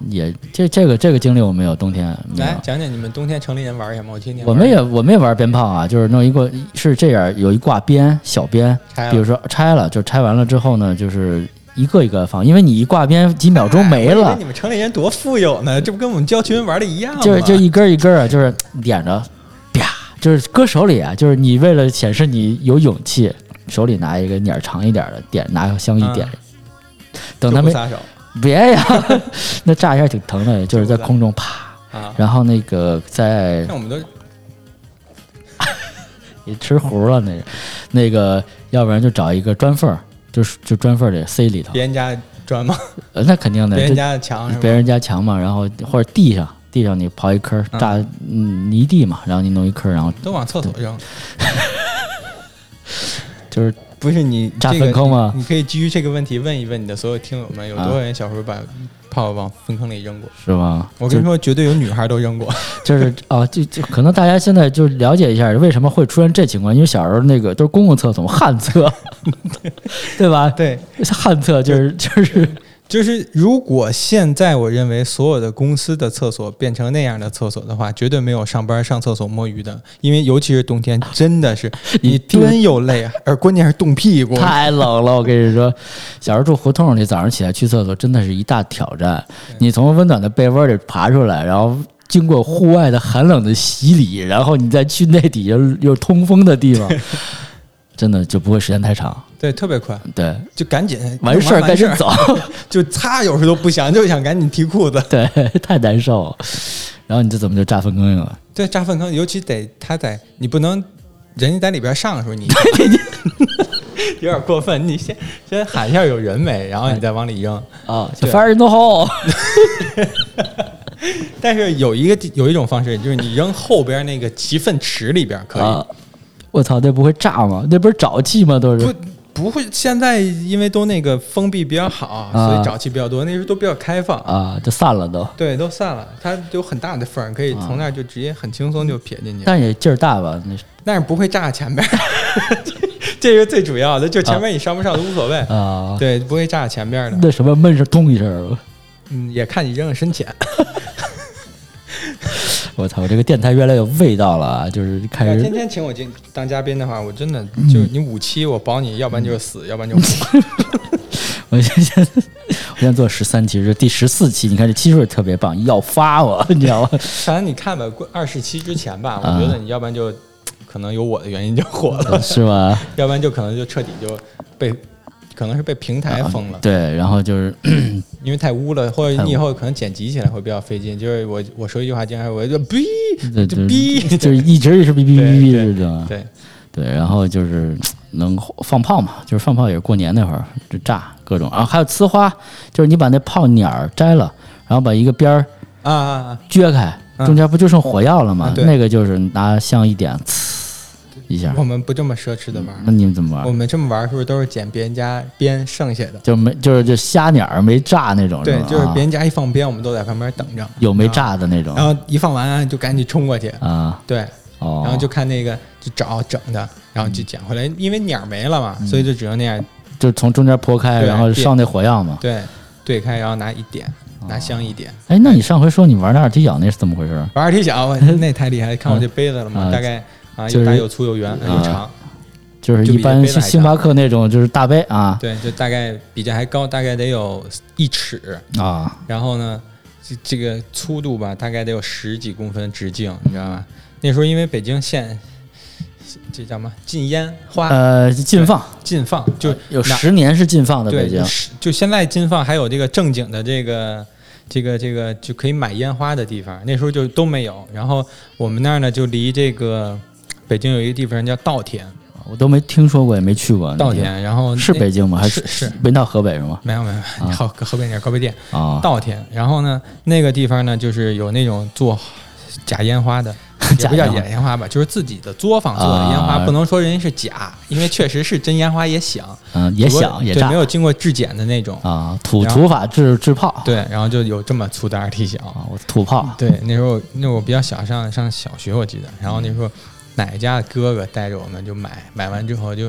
Speaker 1: 也这这个这个经历我没有，冬天没
Speaker 2: 来
Speaker 1: 有。
Speaker 2: 讲讲你们冬天城里人玩儿什么？我听听。
Speaker 1: 我们也我们也玩鞭炮啊，就是弄一个是这样，有一挂鞭小鞭，
Speaker 2: 拆了
Speaker 1: 比如说拆了，就拆完了之后呢，就是一个一个放，因为你一挂鞭几秒钟没
Speaker 2: 哎我以为
Speaker 1: 了
Speaker 2: 你，们城里人多富有呢，这不跟我们郊区人玩的一样吗？
Speaker 1: 就是就一根儿一根儿啊，就是点着，啪，就是搁手里啊，就是你为了显示你有勇气，手里拿一个捻儿长一点儿的点，拿个香一点，等
Speaker 2: 嗯就
Speaker 1: 他
Speaker 2: 不
Speaker 1: 们
Speaker 2: 撒手
Speaker 1: 别呀， (laughs) 那炸一下挺疼的，就是在空中啪。
Speaker 2: 啊。
Speaker 1: 然后那个在
Speaker 2: 那我们都
Speaker 1: 你吃糊了那个，那个要不然就找一个砖缝儿，就是就砖缝儿里塞里头，
Speaker 2: 别人家砖吗？
Speaker 1: 呃，那肯定的，
Speaker 2: 别人
Speaker 1: 就
Speaker 2: 家的墙是
Speaker 1: 别
Speaker 2: 吧？
Speaker 1: 人家墙嘛，然后或者地上地上你刨一坑儿，
Speaker 2: 嗯
Speaker 1: 大嗯泥地嘛，然后你弄一坑儿，然后
Speaker 2: 都往厕所
Speaker 1: 嗯
Speaker 2: 扔，
Speaker 1: 就是
Speaker 2: 不是你
Speaker 1: 炸
Speaker 2: 这个
Speaker 1: 粪坑啊嘛，
Speaker 2: 你可以基于这个问题问一问你的所有听友们，有多少人小时候把炮往粪坑里扔过？
Speaker 1: 是吧？
Speaker 2: 我跟你说，绝对有女孩都扔过。
Speaker 1: (laughs)
Speaker 2: (laughs)
Speaker 1: 就是啊，就就可能大家现在就了解一下为什么会出现这情况，因为小时候那个都是公共厕所嘛，旱厕， (laughs) 对吧？
Speaker 2: 对，
Speaker 1: 旱厕就是 (laughs) 就是
Speaker 2: 就是如果现在我认为所有的公司的厕所变成那样的厕所的话，绝对没有上班上厕所摸鱼的，因为尤其是冬天，真
Speaker 1: (laughs)
Speaker 2: 的是你真又累，而关键是冻屁股。
Speaker 1: 太冷了，我跟你说，小时候住胡同里，早上起来去厕所真的是一大挑战。你从温暖的被窝里爬出来，然后经过户外的寒冷的洗礼，然后你再去那底下又通风的 (laughs) 地方，真的就不会时间太长。
Speaker 2: 对，特别快，
Speaker 1: (laughs) 对，
Speaker 2: 就赶紧
Speaker 1: 完事儿
Speaker 2: 赶
Speaker 1: 赶紧
Speaker 2: 紧，
Speaker 1: 走，
Speaker 2: (laughs) 就擦有时候都不想，就想赶紧提裤子。
Speaker 1: (laughs) 对，太难受了。然后你这怎么就炸粪坑了？
Speaker 2: 对，炸粪坑，尤其得他在，你不能人家在里边上的时候你 (laughs) 有点过分，你先先喊一下有人没，然后你再往里扔。
Speaker 1: 啊，就
Speaker 2: 对
Speaker 1: fire in the hole
Speaker 2: 但是有一个有一种方式，就是你扔后边那个集粪池里边可以。
Speaker 1: 啊！我操，那不会炸吗？那不是沼气吗？都
Speaker 2: 不
Speaker 1: 是
Speaker 2: 不会，现在因为都那个封闭比较好，所以
Speaker 1: 啊
Speaker 2: 沼气比较多，那时候都比较开放，
Speaker 1: 啊，就散了都。
Speaker 2: 对，都散了，它有很大的缝儿，可以从那儿就直接很轻松就撇进去，
Speaker 1: 但也劲儿大吧？那是
Speaker 2: 但是不会炸前边儿， (laughs) 这是最主要的，就前面你上不上都无所谓，
Speaker 1: 啊，
Speaker 2: 对，不会炸前边儿的，
Speaker 1: 那什么闷声咚一声，
Speaker 2: 嗯，也看你扔的深浅，
Speaker 1: 我操！我这个电台越来越有味道了啊，就是嗯开
Speaker 2: 要天
Speaker 1: 始
Speaker 2: 天请我进当嘉宾的话，我真的就你五期我保你，要不然就是死，要不
Speaker 1: (laughs)
Speaker 2: 然就活。
Speaker 1: 我现在 (laughs) 我现在做十三期，这第十四期，你看这期数也特别棒，要发我，你知
Speaker 2: (laughs)
Speaker 1: 道吗？
Speaker 2: 反正你看吧，过二十期之前吧，我
Speaker 1: 啊
Speaker 2: 觉得你要不然就可能有我的原因就火了。
Speaker 1: 是吧？
Speaker 2: (laughs) 要不然就可能就彻底就被，可能是被平台封了，
Speaker 1: 对，然后就是
Speaker 2: 因为太污了，或者
Speaker 1: 太污
Speaker 2: 你以后可能剪辑起来会比较费劲。就是我我说一句话，经常我就哔，
Speaker 1: 对
Speaker 2: 就
Speaker 1: 就是
Speaker 2: 哔
Speaker 1: 就是一直是哔哔哔哔的，
Speaker 2: (laughs) 对，
Speaker 1: 对，然后就是能放炮嘛，就是放炮也是过年那会儿就炸各种，然啊后还有呲花，就是你把那炮捻儿摘了，然后把一个边儿
Speaker 2: 啊啊，啊
Speaker 1: 撅开，
Speaker 2: 嗯
Speaker 1: 中间不就剩火药了吗？
Speaker 2: 啊对
Speaker 1: 那个就是拿香一点，呲一下。
Speaker 2: 啊我们不这么奢侈的玩儿
Speaker 1: 那，你们怎么玩
Speaker 2: 我？们这么玩儿是不是都是捡别人家编剩下的？
Speaker 1: 就没就是就瞎鸟儿没炸那种，
Speaker 2: 对，
Speaker 1: 吧
Speaker 2: 就是
Speaker 1: 啊
Speaker 2: 别人家一放鞭，我们都在旁边等着，
Speaker 1: 有没炸的那种
Speaker 2: 然后一放完啊就赶紧冲过去，
Speaker 1: 啊，
Speaker 2: 对，
Speaker 1: 哦，
Speaker 2: 然后就看那个就找整的，然后就捡回来，因为鸟儿没了
Speaker 1: 嗯
Speaker 2: 嘛，所以就只能那样
Speaker 1: 就从中间剖开，
Speaker 2: 对
Speaker 1: 然后
Speaker 2: 对
Speaker 1: 上那火药嘛。
Speaker 2: 对对开，然后拿一点，拿香一点。
Speaker 1: 哎，那你上回说你玩那二踢脚那是怎么回事儿？
Speaker 2: 玩儿踢脚，我那太厉害了！看我这杯子了
Speaker 1: 啊
Speaker 2: 吗？大概啊，
Speaker 1: 就是
Speaker 2: 又大又粗又圆又长，
Speaker 1: 就是
Speaker 2: 就
Speaker 1: 一
Speaker 2: 比
Speaker 1: 般
Speaker 2: 杯子
Speaker 1: 是
Speaker 2: 还
Speaker 1: 星巴克那种，就是大杯啊
Speaker 2: 对，就大概比这还高，大概得有一尺。
Speaker 1: 啊，
Speaker 2: 然后呢，这这个粗度吧，大概得有十几公分直径，你知道吗？那时候因为北京县这叫什么禁烟花
Speaker 1: 呃，禁放
Speaker 2: 禁放，就
Speaker 1: 有
Speaker 2: 拿
Speaker 1: 十年是禁放的北
Speaker 2: 对，
Speaker 1: 京
Speaker 2: 就，是就现在禁放还有这个正经的这个这个这个就可以买烟花的地方，那时候就都没有。然后我们那儿呢，就离这个北京有一个地方叫稻田。
Speaker 1: 我都没听说过，也没去过。
Speaker 2: 稻
Speaker 1: 啊那
Speaker 2: 田，然后
Speaker 1: 个是
Speaker 2: 那
Speaker 1: 北京吗？还
Speaker 2: 是是
Speaker 1: 没到河北是吗？
Speaker 2: 没有没有，没有 (laughs) 好河北那河北店
Speaker 1: 啊，
Speaker 2: 稻田，然后呢那个地方呢就是有那种做假烟花的，也不
Speaker 1: 假
Speaker 2: 叫
Speaker 1: 烟花
Speaker 2: 野烟花吧，就是自己的作坊做的烟花，
Speaker 1: 啊
Speaker 2: 不能说人家是假，因为确实是真烟花也响，
Speaker 1: 嗯，也
Speaker 2: 只不过
Speaker 1: 响也
Speaker 2: 对，
Speaker 1: 炸
Speaker 2: 没有经过质检的那种，
Speaker 1: 啊，土
Speaker 2: 然后
Speaker 1: 土法制制炮，
Speaker 2: 对，然后就有这么粗的二踢响。
Speaker 1: 啊，我土炮，
Speaker 2: 对，那时候那时候我比较小，上上小学我记得，然后那时候奶家的哥哥带着我们就买，买完之后就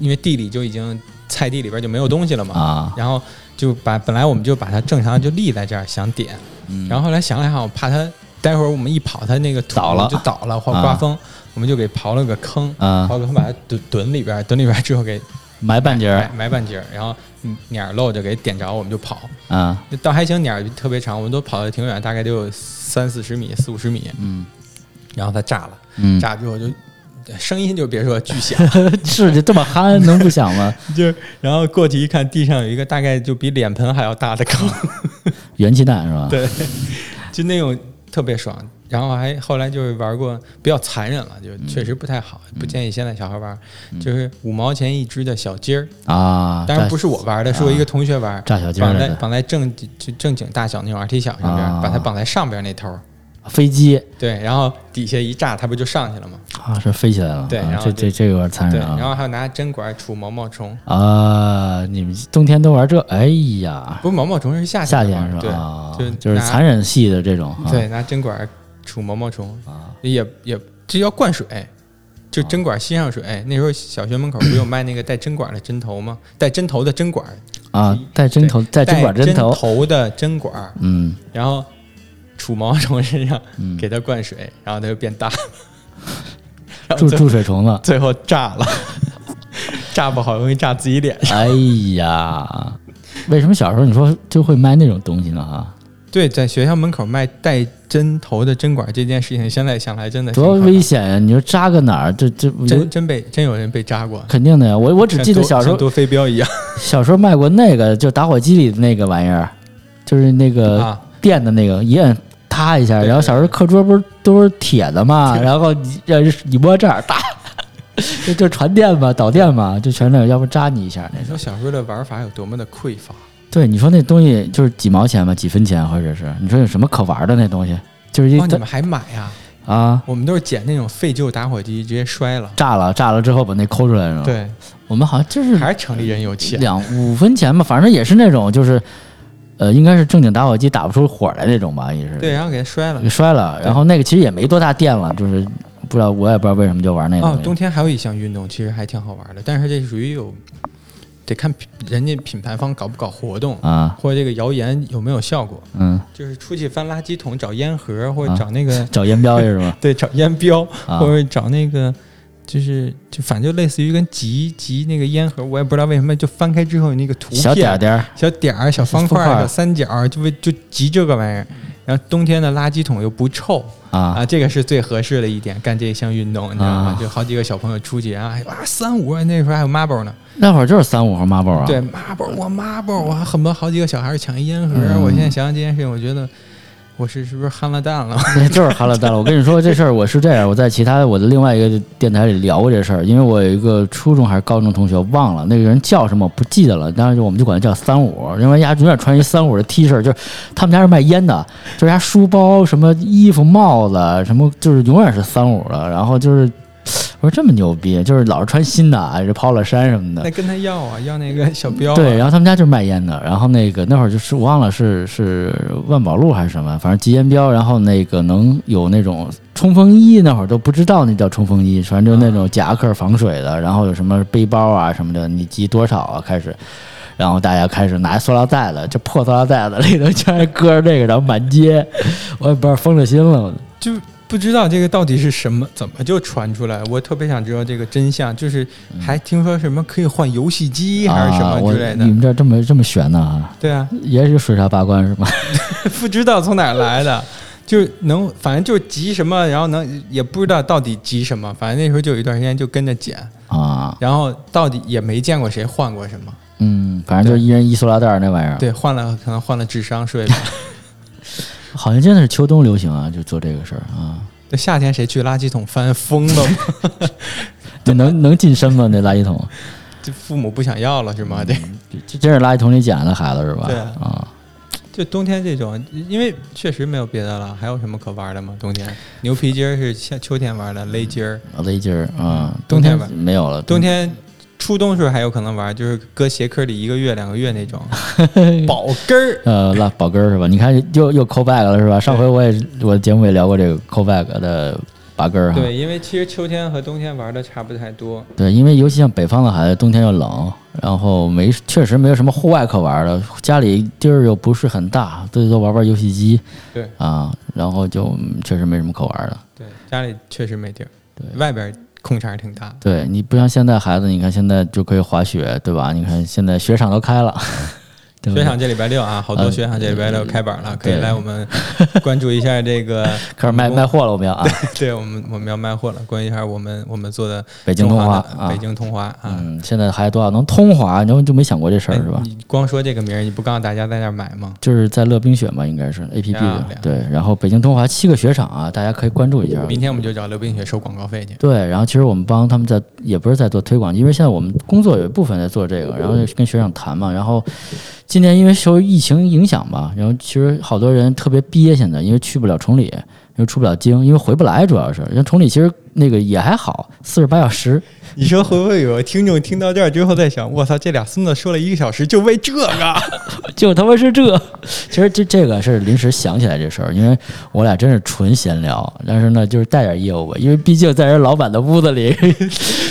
Speaker 2: 因为地里就已经菜地里边就没有东西了嘛，
Speaker 1: 啊，
Speaker 2: 然后就把本来我们就把它正常就立在这儿想点，
Speaker 1: 嗯
Speaker 2: 然后后来想了想，我怕它待会儿我们一跑它那个土
Speaker 1: 倒了
Speaker 2: 就倒了或
Speaker 1: 啊
Speaker 2: 刮风，我们就给刨了个坑，
Speaker 1: 啊
Speaker 2: 刨，个坑把它蹲蹲里边，蹲里边之后给
Speaker 1: 埋半截
Speaker 2: 埋
Speaker 1: 儿
Speaker 2: 埋半截儿，然后嗯鸟儿漏就给点着，我们就跑。
Speaker 1: 啊，
Speaker 2: 倒还行，鸟儿特别长，我们都跑得挺远，大概得有三四十米、四五十米，
Speaker 1: 嗯
Speaker 2: 然后它炸了，
Speaker 1: 嗯，
Speaker 2: 炸之后就声音就别说巨响，
Speaker 1: 是就这么憨，能不响吗？
Speaker 2: (laughs) 就是然后过去一看，地上有一个大概就比脸盆还要大的 (laughs) 坑，
Speaker 1: 元气弹是吧？
Speaker 2: 对，就那种特别爽。然后还后来就是玩过比较残忍了，就确实不太好，不建议现在小孩玩，就是五毛钱一只的小鸡儿，
Speaker 1: 啊，
Speaker 2: 当然
Speaker 1: 炸
Speaker 2: 不是我玩的，是我一个同学玩，
Speaker 1: 炸小鸡儿
Speaker 2: 绑在
Speaker 1: 来的
Speaker 2: 绑在正就正经大小那种 RT 小上边，
Speaker 1: 啊
Speaker 2: 把它绑在上边那头儿。
Speaker 1: 飞机
Speaker 2: 对，然后底下一炸，它不就上去了吗？
Speaker 1: 啊，是飞起来了，
Speaker 2: 对
Speaker 1: 啊
Speaker 2: 然后
Speaker 1: 这
Speaker 2: 就
Speaker 1: 这这个有点残
Speaker 2: 对，
Speaker 1: 忍
Speaker 2: 然
Speaker 1: 啊
Speaker 2: 后还有拿针管杵毛毛虫，
Speaker 1: 啊！你们冬天都玩这？哎呀，
Speaker 2: 不是毛毛虫是夏
Speaker 1: 夏
Speaker 2: 天
Speaker 1: 天
Speaker 2: 玩
Speaker 1: 是
Speaker 2: 儿
Speaker 1: 吧？啊
Speaker 2: 对，
Speaker 1: 就是
Speaker 2: 拿
Speaker 1: 残忍系的这种啊，
Speaker 2: 对，拿针管杵毛毛虫
Speaker 1: 啊，
Speaker 2: 也也这要灌水，就针管吸上水。那时候小学门口不有卖那个带针管的针头吗？带针头的针管，
Speaker 1: 啊，带针头，带
Speaker 2: 带
Speaker 1: 针管针
Speaker 2: 针
Speaker 1: 头，
Speaker 2: 的针管，
Speaker 1: 嗯
Speaker 2: 然后杵毛毛虫身上，
Speaker 1: 嗯，
Speaker 2: 给它灌水，然后它就变大，
Speaker 1: (laughs)
Speaker 2: 然后
Speaker 1: 注
Speaker 2: 最
Speaker 1: 注水虫了。
Speaker 2: 最后炸了， (laughs) 炸不好容易炸自己脸。
Speaker 1: (laughs) 哎呀，为什么小时候你说就会卖那种东西呢？啊，
Speaker 2: 对，在学校门口卖带针头的针管这件事情，现在想来哎真的
Speaker 1: 多
Speaker 2: 挺可
Speaker 1: 危
Speaker 2: 怕
Speaker 1: 险呀！你说扎个哪儿，这这有
Speaker 2: 真真被真有人被扎过，
Speaker 1: 肯定的呀。我我只记得
Speaker 2: 像多
Speaker 1: 小时候
Speaker 2: 像多飞镖
Speaker 1: (laughs)
Speaker 2: 一样
Speaker 1: 小时候卖过那个，就打火机里的那个玩意儿，就是那个
Speaker 2: 啊，
Speaker 1: 电的那个，一摁塌一下。
Speaker 2: 对
Speaker 1: 然后小时候课桌不是都是铁的嘛，
Speaker 2: 对
Speaker 1: 然后你让你摸这儿，哒， (laughs) 就就传电嘛，导电嘛，就全那儿，要不扎你一下那
Speaker 2: (laughs) 你
Speaker 1: 种。
Speaker 2: 说小时候的玩法有多么的匮乏？
Speaker 1: 对，你说那东西就是几毛钱吧，几分钱，或者是你说有什么可玩的那东西，就是一
Speaker 2: 哦，你们还买呀？
Speaker 1: 啊
Speaker 2: 我们都是捡那种废旧打火机直接摔了。
Speaker 1: 炸了，炸了之后把那抠出来是吧？，
Speaker 2: 对，
Speaker 1: 我们好像就是
Speaker 2: 还是城里人有钱。
Speaker 1: 嗯两五分钱吧，反正也是那种就是，呃，应该是正经打火机打不出火来那种吧，也是。
Speaker 2: 对，啊然后给它摔了
Speaker 1: 给。摔了，然后那个其实也没多大电了，就是不知道我也不知道为什么就玩那个
Speaker 2: 哦，
Speaker 1: 东
Speaker 2: 冬
Speaker 1: 西。
Speaker 2: 天还有一项运动，其实还挺好玩的，但是这属于有得看品人家品牌方搞不搞活动，
Speaker 1: 啊，
Speaker 2: 或者这个谣言有没有效果。
Speaker 1: 嗯，
Speaker 2: 就是出去翻垃圾桶找烟盒，或
Speaker 1: 啊
Speaker 2: 者找那个、
Speaker 1: 找烟标是吗？
Speaker 2: 对找烟标， (laughs)
Speaker 1: 啊
Speaker 2: 或者找那个，就是就反正就类似于跟集集那个烟盒，我也不知道为什么，就翻开之后有那个图片，
Speaker 1: 小点点儿
Speaker 2: 小点儿、小方块
Speaker 1: 方
Speaker 2: 儿、
Speaker 1: 块
Speaker 2: 小三角儿，就为就集这个玩意儿。然后冬天的垃圾桶又不臭
Speaker 1: 啊
Speaker 2: 啊，这个是最合适的一点，干这项运动，你知道
Speaker 1: 啊？
Speaker 2: 吗就好几个小朋友出去啊，哇，三五那时候还有 marble 呢，
Speaker 1: 那会儿就是三五和 marble 啊。
Speaker 2: 对 marble，我 marble，我恨不得好几个小孩儿抢一烟盒。
Speaker 1: 嗯
Speaker 2: 我现在想想这件事情，我觉得我是是不是憨了蛋了？
Speaker 1: 那 (laughs) 就是哈拉蛋了。我跟你说这事儿，我是这样，我在其他我的另外一个电台里聊过这事儿，因为我有一个初中还是高中同学忘了那个人叫什么，我不记得了。当时就我们就管他叫三五，因为人家永远穿一三五的 T 恤，就是他们家是卖烟的，就是人家书包、什么衣服、帽子什么，就是永远是三五的。然后就是我说这么牛逼，就是老是穿新的，啊，这 polo 衫什么的
Speaker 2: 那。跟他要啊，要那个小标、啊。
Speaker 1: 对，然后他们家就是卖烟的，然后那个那会儿就是我忘了是是万宝路还是什么，反正集烟标，然后那个能有那种冲锋衣，那会儿都不知道那叫冲锋衣，反正就那
Speaker 2: 啊
Speaker 1: 种夹克防水的，然后有什么背包啊什么的，你集多少啊开始。然后大家开始拿塑料袋子，这破塑料袋子里头全是搁着这个，然后满街，我也不知道疯了心了。
Speaker 2: 就不知道这个到底是什么，怎么就传出来？我特别想知道这个真相，就是还听说什么可以换游戏机还是什
Speaker 1: 啊
Speaker 2: 么
Speaker 1: 我
Speaker 2: 之类的。
Speaker 1: 你们这儿这么这么悬呢、啊？
Speaker 2: 对啊，
Speaker 1: 也是水煞八关
Speaker 2: (laughs)
Speaker 1: 是吗？
Speaker 2: 不知道从哪儿来的，就是能，反正就是集什么，然后能也不知道到底集什么，反正那时候就有一段时间就跟着捡，
Speaker 1: 啊，
Speaker 2: 然后到底也没见过谁换过什么。
Speaker 1: 嗯，反正就是一人一塑料袋儿那玩意儿。
Speaker 2: 对，换了可能换了智商税吧。
Speaker 1: 好像真的是秋冬流行啊，就做这个事儿啊。
Speaker 2: 对， (laughs) 夏天谁去垃圾桶翻疯了 (laughs) 吗？
Speaker 1: 那能能近身吗？那垃圾桶，
Speaker 2: 这父母不想要了是吗？这
Speaker 1: 这真是垃圾桶里捡的孩子是吧？
Speaker 2: 对
Speaker 1: 啊，
Speaker 2: 就冬天这种，因为确实没有别的了，还有什么可玩的吗？冬天牛皮筋儿是夏秋天玩的，勒筋儿，
Speaker 1: 勒筋儿啊，
Speaker 2: 冬天吧
Speaker 1: 没有了，
Speaker 2: 冬天初冬时候还有可能玩，就是搁鞋壳里一个月、两个月那
Speaker 1: (laughs)
Speaker 2: 种宝根儿。
Speaker 1: 呃，拉宝根儿是吧？你看又又 call back 了是吧？上回我也我的节目也聊过这个 call back 的拔根儿哈。
Speaker 2: 对，因为其实秋天和冬天玩的差不太多。
Speaker 1: 对，因为尤其像北方的孩子，冬天又冷，然后没确实没有什么户外可玩的，家里地儿又不是很大，最多玩玩游戏机
Speaker 2: 对
Speaker 1: 啊，然后就嗯确实没什么可玩的。
Speaker 2: 对，家里确实没地儿，
Speaker 1: 对
Speaker 2: 外边儿空场挺大的。
Speaker 1: 对你不像现在孩子，你看现在就可以滑雪，对吧？你看现在雪场都开
Speaker 2: (laughs)
Speaker 1: 了，对不
Speaker 2: 雪
Speaker 1: 对？
Speaker 2: 场这礼拜六啊，好多雪场这礼拜六开板了，可以
Speaker 1: 对
Speaker 2: 来我
Speaker 1: (laughs)
Speaker 2: 们关注一下这个。 (laughs)
Speaker 1: 开始卖卖货了，我们要啊，
Speaker 2: 对我们我们要卖货了，关于一下我们我们做的
Speaker 1: (laughs) 北京
Speaker 2: 中
Speaker 1: 通话
Speaker 2: 华的
Speaker 1: 啊
Speaker 2: 北，京通华啊。
Speaker 1: 嗯，现在孩子多少能通滑，你们就没想过这事儿
Speaker 2: 哎
Speaker 1: 是吧？
Speaker 2: 你光说这个名儿，你不告诉大家在那儿买吗？
Speaker 1: 就是在乐冰雪嘛，应该是 A P P
Speaker 2: 漂
Speaker 1: 的
Speaker 2: 亮
Speaker 1: 对。然后北京通华七个雪场啊，大家可以关注一下。
Speaker 2: 明天我们就找刘冰雪收广告费去。
Speaker 1: 对，然后其实我们帮他们在也不是在做推广，因为现在我们工作有一部分在做这个，然后跟学长谈嘛。然后今年因为受疫情影响吧，然后其实好多人特别憋，现在因为去不了崇礼，因为出不了京，因为回不来，主要是人崇礼其实那个也还好，四十八小时，
Speaker 2: 你说会不会有听众听到这儿之后在想，我操，这俩孙子说了一个小时就为这 (laughs) 个？
Speaker 1: 就他妈是这。 (laughs) 其实这这个是临时想起来这事儿，因为我俩真是纯闲聊，但是呢就是带点业务吧，因为毕竟在人老板的屋子里 (laughs)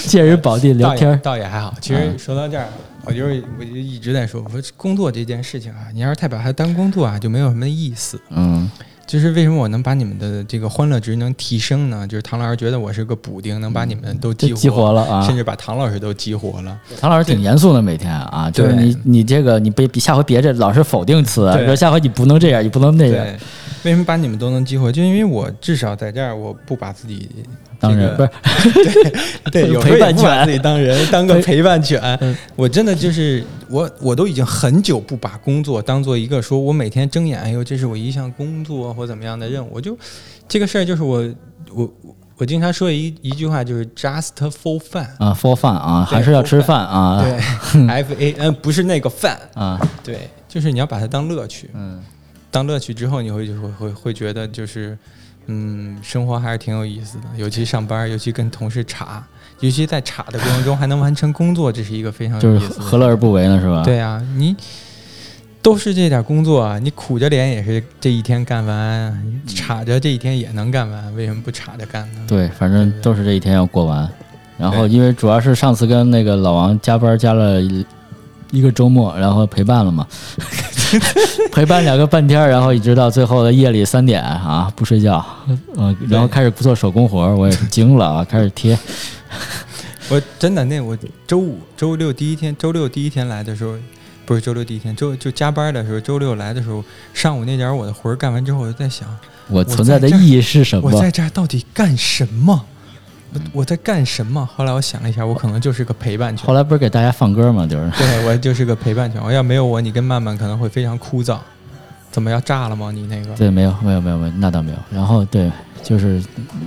Speaker 1: 借人宝地聊
Speaker 2: 倒
Speaker 1: 天
Speaker 2: 也
Speaker 1: 儿。
Speaker 2: 倒也还好。其实说到这儿，我就是我就一直在说，我说工作这件事情啊，你要是太把它当工作啊，就没有什么意思。
Speaker 1: 嗯，
Speaker 2: 就是为什么我能把你们的这个欢乐值能提升呢？就是唐老师觉得我是个补丁，能把你们都
Speaker 1: 这
Speaker 2: 嗯激
Speaker 1: 激活了啊！
Speaker 2: 甚至把唐老师都激活了。
Speaker 1: 唐老师挺严肃的，每天啊，就
Speaker 2: 对
Speaker 1: 是你你这个你别别下回别这老是否定词，啊
Speaker 2: 对
Speaker 1: 说下回你不能这样，你不能那样。
Speaker 2: 对，为什么把你们都能激活？就因为我至少在这儿，我不把自己
Speaker 1: 当然、
Speaker 2: 这个
Speaker 1: 不是，
Speaker 2: 对，有时候
Speaker 1: 陪
Speaker 2: 也
Speaker 1: 伴
Speaker 2: 不把
Speaker 1: 犬
Speaker 2: 自己
Speaker 1: (laughs)
Speaker 2: 当人，当个陪伴犬
Speaker 1: 嗯。
Speaker 2: 我真的就是我，我都已经很久不把工作当做一个说我每天睁眼，哎呦，这是我一项工作或怎么样的任务。我就这个事儿，就是我我我我经常说一一句话，就是 just for fun。
Speaker 1: 啊，for fun 啊，
Speaker 2: 对
Speaker 1: 还是要
Speaker 2: for
Speaker 1: 吃饭 (laughs) 啊
Speaker 2: 对，F A N 不是那个 fun，
Speaker 1: 啊，
Speaker 2: 对，就是你要把它当乐趣，
Speaker 1: 嗯，
Speaker 2: 当乐趣之后，你会就会会会觉得就是，嗯，生活还是挺有意思的，尤其上班，尤其跟同事吵，尤其在吵的过程中还能完成工作，这是一个非常
Speaker 1: 就
Speaker 2: 有
Speaker 1: 是
Speaker 2: 意思的。
Speaker 1: 何乐而不为呢，是吧？，
Speaker 2: 对啊，你都是这点工作啊，你苦着脸也是这一天干完，吵着这一天也能干完，为什么不吵着干呢？
Speaker 1: 对，反正都是这一天要过完。然后因为主要是上次跟那个老王加班加了一一个周末，然后陪伴了嘛， (laughs) 陪伴两个半天儿，然后一直到最后的夜里三点啊不睡觉，嗯，然后开始做手工活儿，我也是惊了啊，开始贴。
Speaker 2: 我真的那我周五、周六第一天，周六第一天来的时候，不是周六第一天，周就加班的时候，周六来的时候，上午那点儿我的活儿干完之后，我就在想，
Speaker 1: 我存在的意义是什么
Speaker 2: 我？在这儿到底干什么？我我在干什么？后来我想了一下，我可能就是个陪伴犬
Speaker 1: 后。来不是给大家放歌嘛，就是
Speaker 2: 对我就是个陪伴犬。我要没有我，你跟曼曼可能会非常枯燥。怎么要炸了吗？你那个
Speaker 1: 对，没有，没有，没有，没有，那倒没有。然后对，就是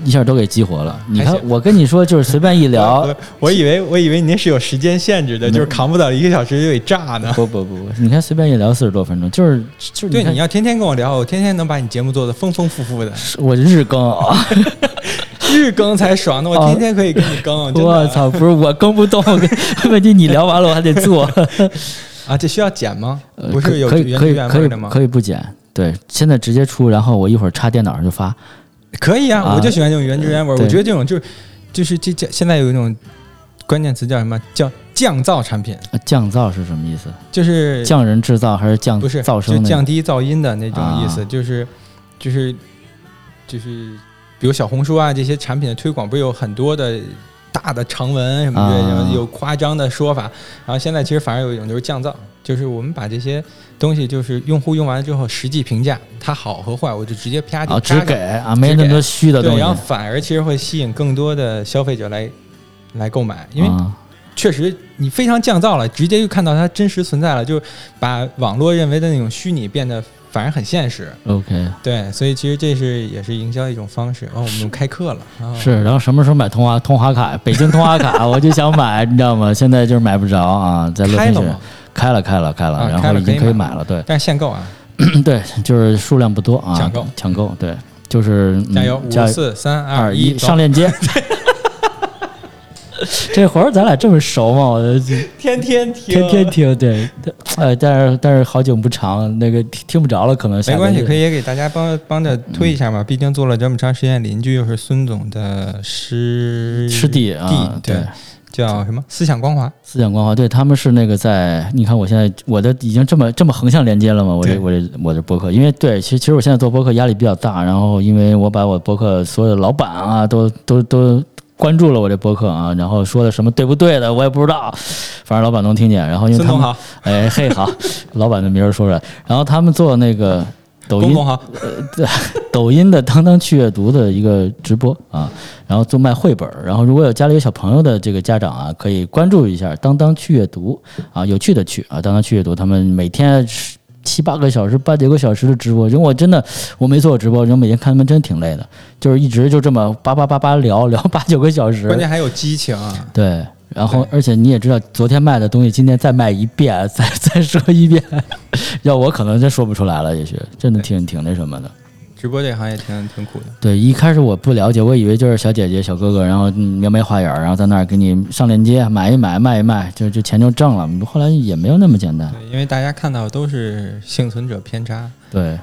Speaker 1: 一下都给激活了。你看
Speaker 2: 还，行
Speaker 1: 我跟你说，就是随便一聊，
Speaker 2: 我我以为我以为你那是有时间限
Speaker 1: 嗯
Speaker 2: 制的，就是扛不到一个小时就得炸呢。
Speaker 1: 不不不不，你看随便一聊四十多分钟，就是就是
Speaker 2: (laughs) 对，
Speaker 1: 看
Speaker 2: 你要天天跟我聊，我天天能把你节目做得丰丰
Speaker 1: (laughs)
Speaker 2: 富富的，
Speaker 1: 是我日更啊！
Speaker 2: 日更才爽呢。我
Speaker 1: 哦
Speaker 2: 天天可以跟你
Speaker 1: (laughs)
Speaker 2: 更，真
Speaker 1: 我
Speaker 2: 的
Speaker 1: 操，不是我更不
Speaker 2: (laughs)
Speaker 1: 动，问题你聊完了我还得做，
Speaker 2: 啊！这需要剪吗？
Speaker 1: 呃
Speaker 2: 不是有
Speaker 1: 可以
Speaker 2: 原
Speaker 1: 可
Speaker 2: 汁
Speaker 1: 以
Speaker 2: 原
Speaker 1: 可
Speaker 2: 味
Speaker 1: 以
Speaker 2: 的吗？
Speaker 1: 可以不剪。对，现在直接出，然后我一会儿插电脑上就发。
Speaker 2: 可以啊
Speaker 1: 啊，
Speaker 2: 我就喜欢这种原汁原味儿。
Speaker 1: 对
Speaker 2: 我觉得这种就是就是这这现在有一种关键词叫什么？叫降噪产品，
Speaker 1: 呃降噪是什么意思？
Speaker 2: 就是
Speaker 1: 匠人制造还是降
Speaker 2: 不是
Speaker 1: 噪
Speaker 2: 就
Speaker 1: 声那
Speaker 2: 降
Speaker 1: 种？
Speaker 2: 低噪音的那种意思，
Speaker 1: 啊
Speaker 2: 就是就是就是，比如小红书啊这些产品的推广，不是有很多的。大的长文什么之类的，
Speaker 1: 啊
Speaker 2: 有夸张的说法，然后现在其实反而有一种就是降噪，就是我们把这些东西，就是用户用完了之后实际评价它好和坏，我就直接啪就
Speaker 1: 啊，只
Speaker 2: 扎
Speaker 1: 给
Speaker 2: 给
Speaker 1: 啊，没
Speaker 2: 只
Speaker 1: 那么
Speaker 2: 给
Speaker 1: 多虚的东
Speaker 2: 对，
Speaker 1: 西。
Speaker 2: 然后反而其实会吸引更多的消费者来来购买，因为
Speaker 1: 啊
Speaker 2: 确实你非常降噪了，直接就看到它真实存在了，就是把网络认为的那种虚拟变得反而很现实。
Speaker 1: OK，
Speaker 2: 对，所以其实这是也是营销一种方式。哦，我们开课了，哦、
Speaker 1: 是，然后什么时候买通话通话卡？北京通话卡，我就想买，你知道吗？现在就是买不着啊，在乐
Speaker 2: 开
Speaker 1: 天
Speaker 2: 了
Speaker 1: 雪
Speaker 2: 吗？
Speaker 1: 开了，开了，开了，
Speaker 2: 啊
Speaker 1: 然
Speaker 2: 开
Speaker 1: 后
Speaker 2: 了
Speaker 1: 已经
Speaker 2: 可以
Speaker 1: 可以
Speaker 2: 买
Speaker 1: 买了。对 (laughs)
Speaker 2: 但是限购啊，
Speaker 1: 对，就是数量不多啊，
Speaker 2: 抢购嗯
Speaker 1: 抢购，对，就是、嗯
Speaker 2: 加油！
Speaker 1: 加
Speaker 2: 五四三
Speaker 1: 二
Speaker 2: 一，
Speaker 1: 一
Speaker 2: 走
Speaker 1: 上链接。 (laughs) 这活儿咱俩这么熟吗？我就
Speaker 2: 天天听
Speaker 1: 天天听，对，呃，但是但是好久不长，那个听听不着了，可能下嗯
Speaker 2: 没关系，可
Speaker 1: 以。
Speaker 2: 以也给大家帮帮着推一下嘛，毕竟做了这么长时间邻居，又是孙总的师
Speaker 1: 师弟啊，
Speaker 2: 对，叫什么思想光华，
Speaker 1: 思想光华，对他们是那个在，你看我现在我的已经这么这么横向连接了嘛，我这
Speaker 2: 对
Speaker 1: 我这我这播客，因为对，其实其实我现在做播客压力比较大，然后因为我把我播客所有的老板啊都都都关注了我这播客啊，然后说的什么对不对的我也不知道，反正老板能听见，然后因为
Speaker 2: 孙
Speaker 1: 他
Speaker 2: 总
Speaker 1: 们
Speaker 2: 好，
Speaker 1: 哎嘿好，老板的名儿说出来，然后他们做那
Speaker 2: (laughs)
Speaker 1: 个抖
Speaker 2: 公
Speaker 1: 音
Speaker 2: 公好，
Speaker 1: 抖音的当当去阅读的一个直播啊，然后就卖绘本儿。然后如果有家里有小朋友的这个家长啊，可以关注一下当当去阅读啊，有趣的去啊，当当去阅读，他们每天十七八个小时、八九个小时的直播，因为我真的我没做过直播，然后每天看他们真挺累的，就是一直就这么叭叭叭叭聊聊八九个小时，
Speaker 2: 关键还有激情啊，
Speaker 1: 对，然后而且你也知道，昨天卖的东西，今天再卖一遍，再 (laughs) 再说一遍，要我可能真说不出来了，也许真的挺挺那什么的。
Speaker 2: 直播这行也挺挺苦的，
Speaker 1: 对，一开始我不了解，我以为就是小姐姐、小哥哥，然后嗯描眉画眼儿，然后在那儿给你上链接，买一买，卖一卖，就就钱就挣了。后来也没有那么简单。
Speaker 2: 对，因为大家看到都是幸存者偏差，
Speaker 1: 对，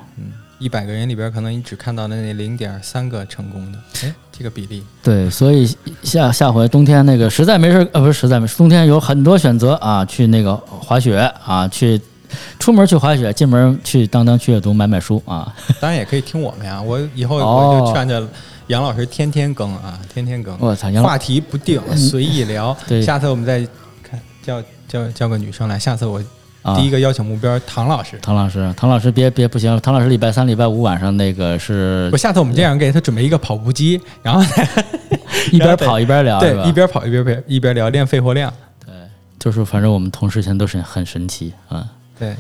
Speaker 2: 一百个人里边可能你只看到了那零点三个成功的，哎，这个比例，
Speaker 1: 对，所以下下回冬天那个实在没事儿，呃，不是实在没事儿，冬天有很多选择啊，去那个滑雪啊，去出门去滑雪，进门去当当去阅读买买书啊。
Speaker 2: 当然也可以听我们呀，我以后
Speaker 1: 哦
Speaker 2: 我就劝着杨老师天天更啊，天天更，
Speaker 1: 我操，杨老
Speaker 2: 话题不定，随意聊。
Speaker 1: 对
Speaker 2: 下次我们再看叫叫叫个女生来。下次我
Speaker 1: 啊
Speaker 2: 第一个邀请目标唐老师。
Speaker 1: 唐老师，唐老师别别不行，唐老师礼拜三、礼拜五晚上那个是
Speaker 2: 我下次我们这样给他准备一个跑步机，然后
Speaker 1: 一边跑一边聊，啊是吧
Speaker 2: 对一边跑一边边一边聊，练肺活量。
Speaker 1: 就是反正我们同事现在都是很神奇啊。
Speaker 2: 对，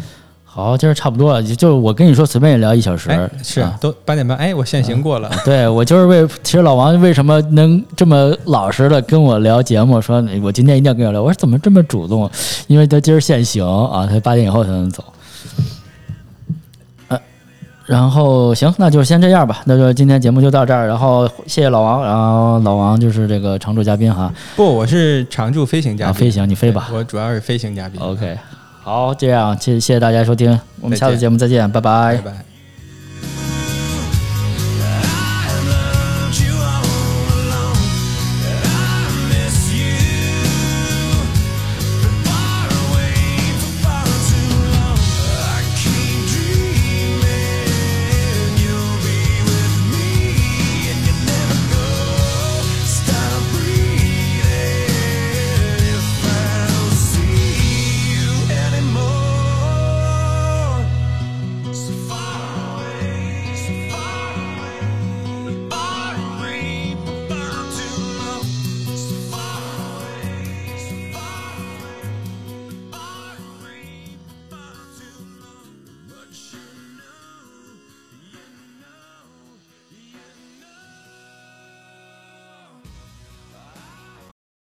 Speaker 1: 好，今儿差不多了，就就是我跟你说随便也聊一小时，
Speaker 2: 哎，是
Speaker 1: 啊
Speaker 2: 都八点半，哎，我现行过了，
Speaker 1: 对我就是为，其实老王为什么能这么老实的跟我聊节目，说我今天一定要跟你聊，我说怎么这么主动？啊因为他今儿限行啊，他八点以后才能走。呃，然后行，那就先这样吧，那就今天节目就到这儿，然后谢谢老王，然后老王就是这个常驻嘉宾哈，
Speaker 2: 不，我是常驻飞行嘉
Speaker 1: 啊，
Speaker 2: 宾，
Speaker 1: 飞行你飞吧
Speaker 2: 对我主要是飞行嘉宾。
Speaker 1: ，OK，好，这样谢谢谢大家收听，我们下次
Speaker 2: 再见
Speaker 1: 节目再见，拜
Speaker 2: 拜拜。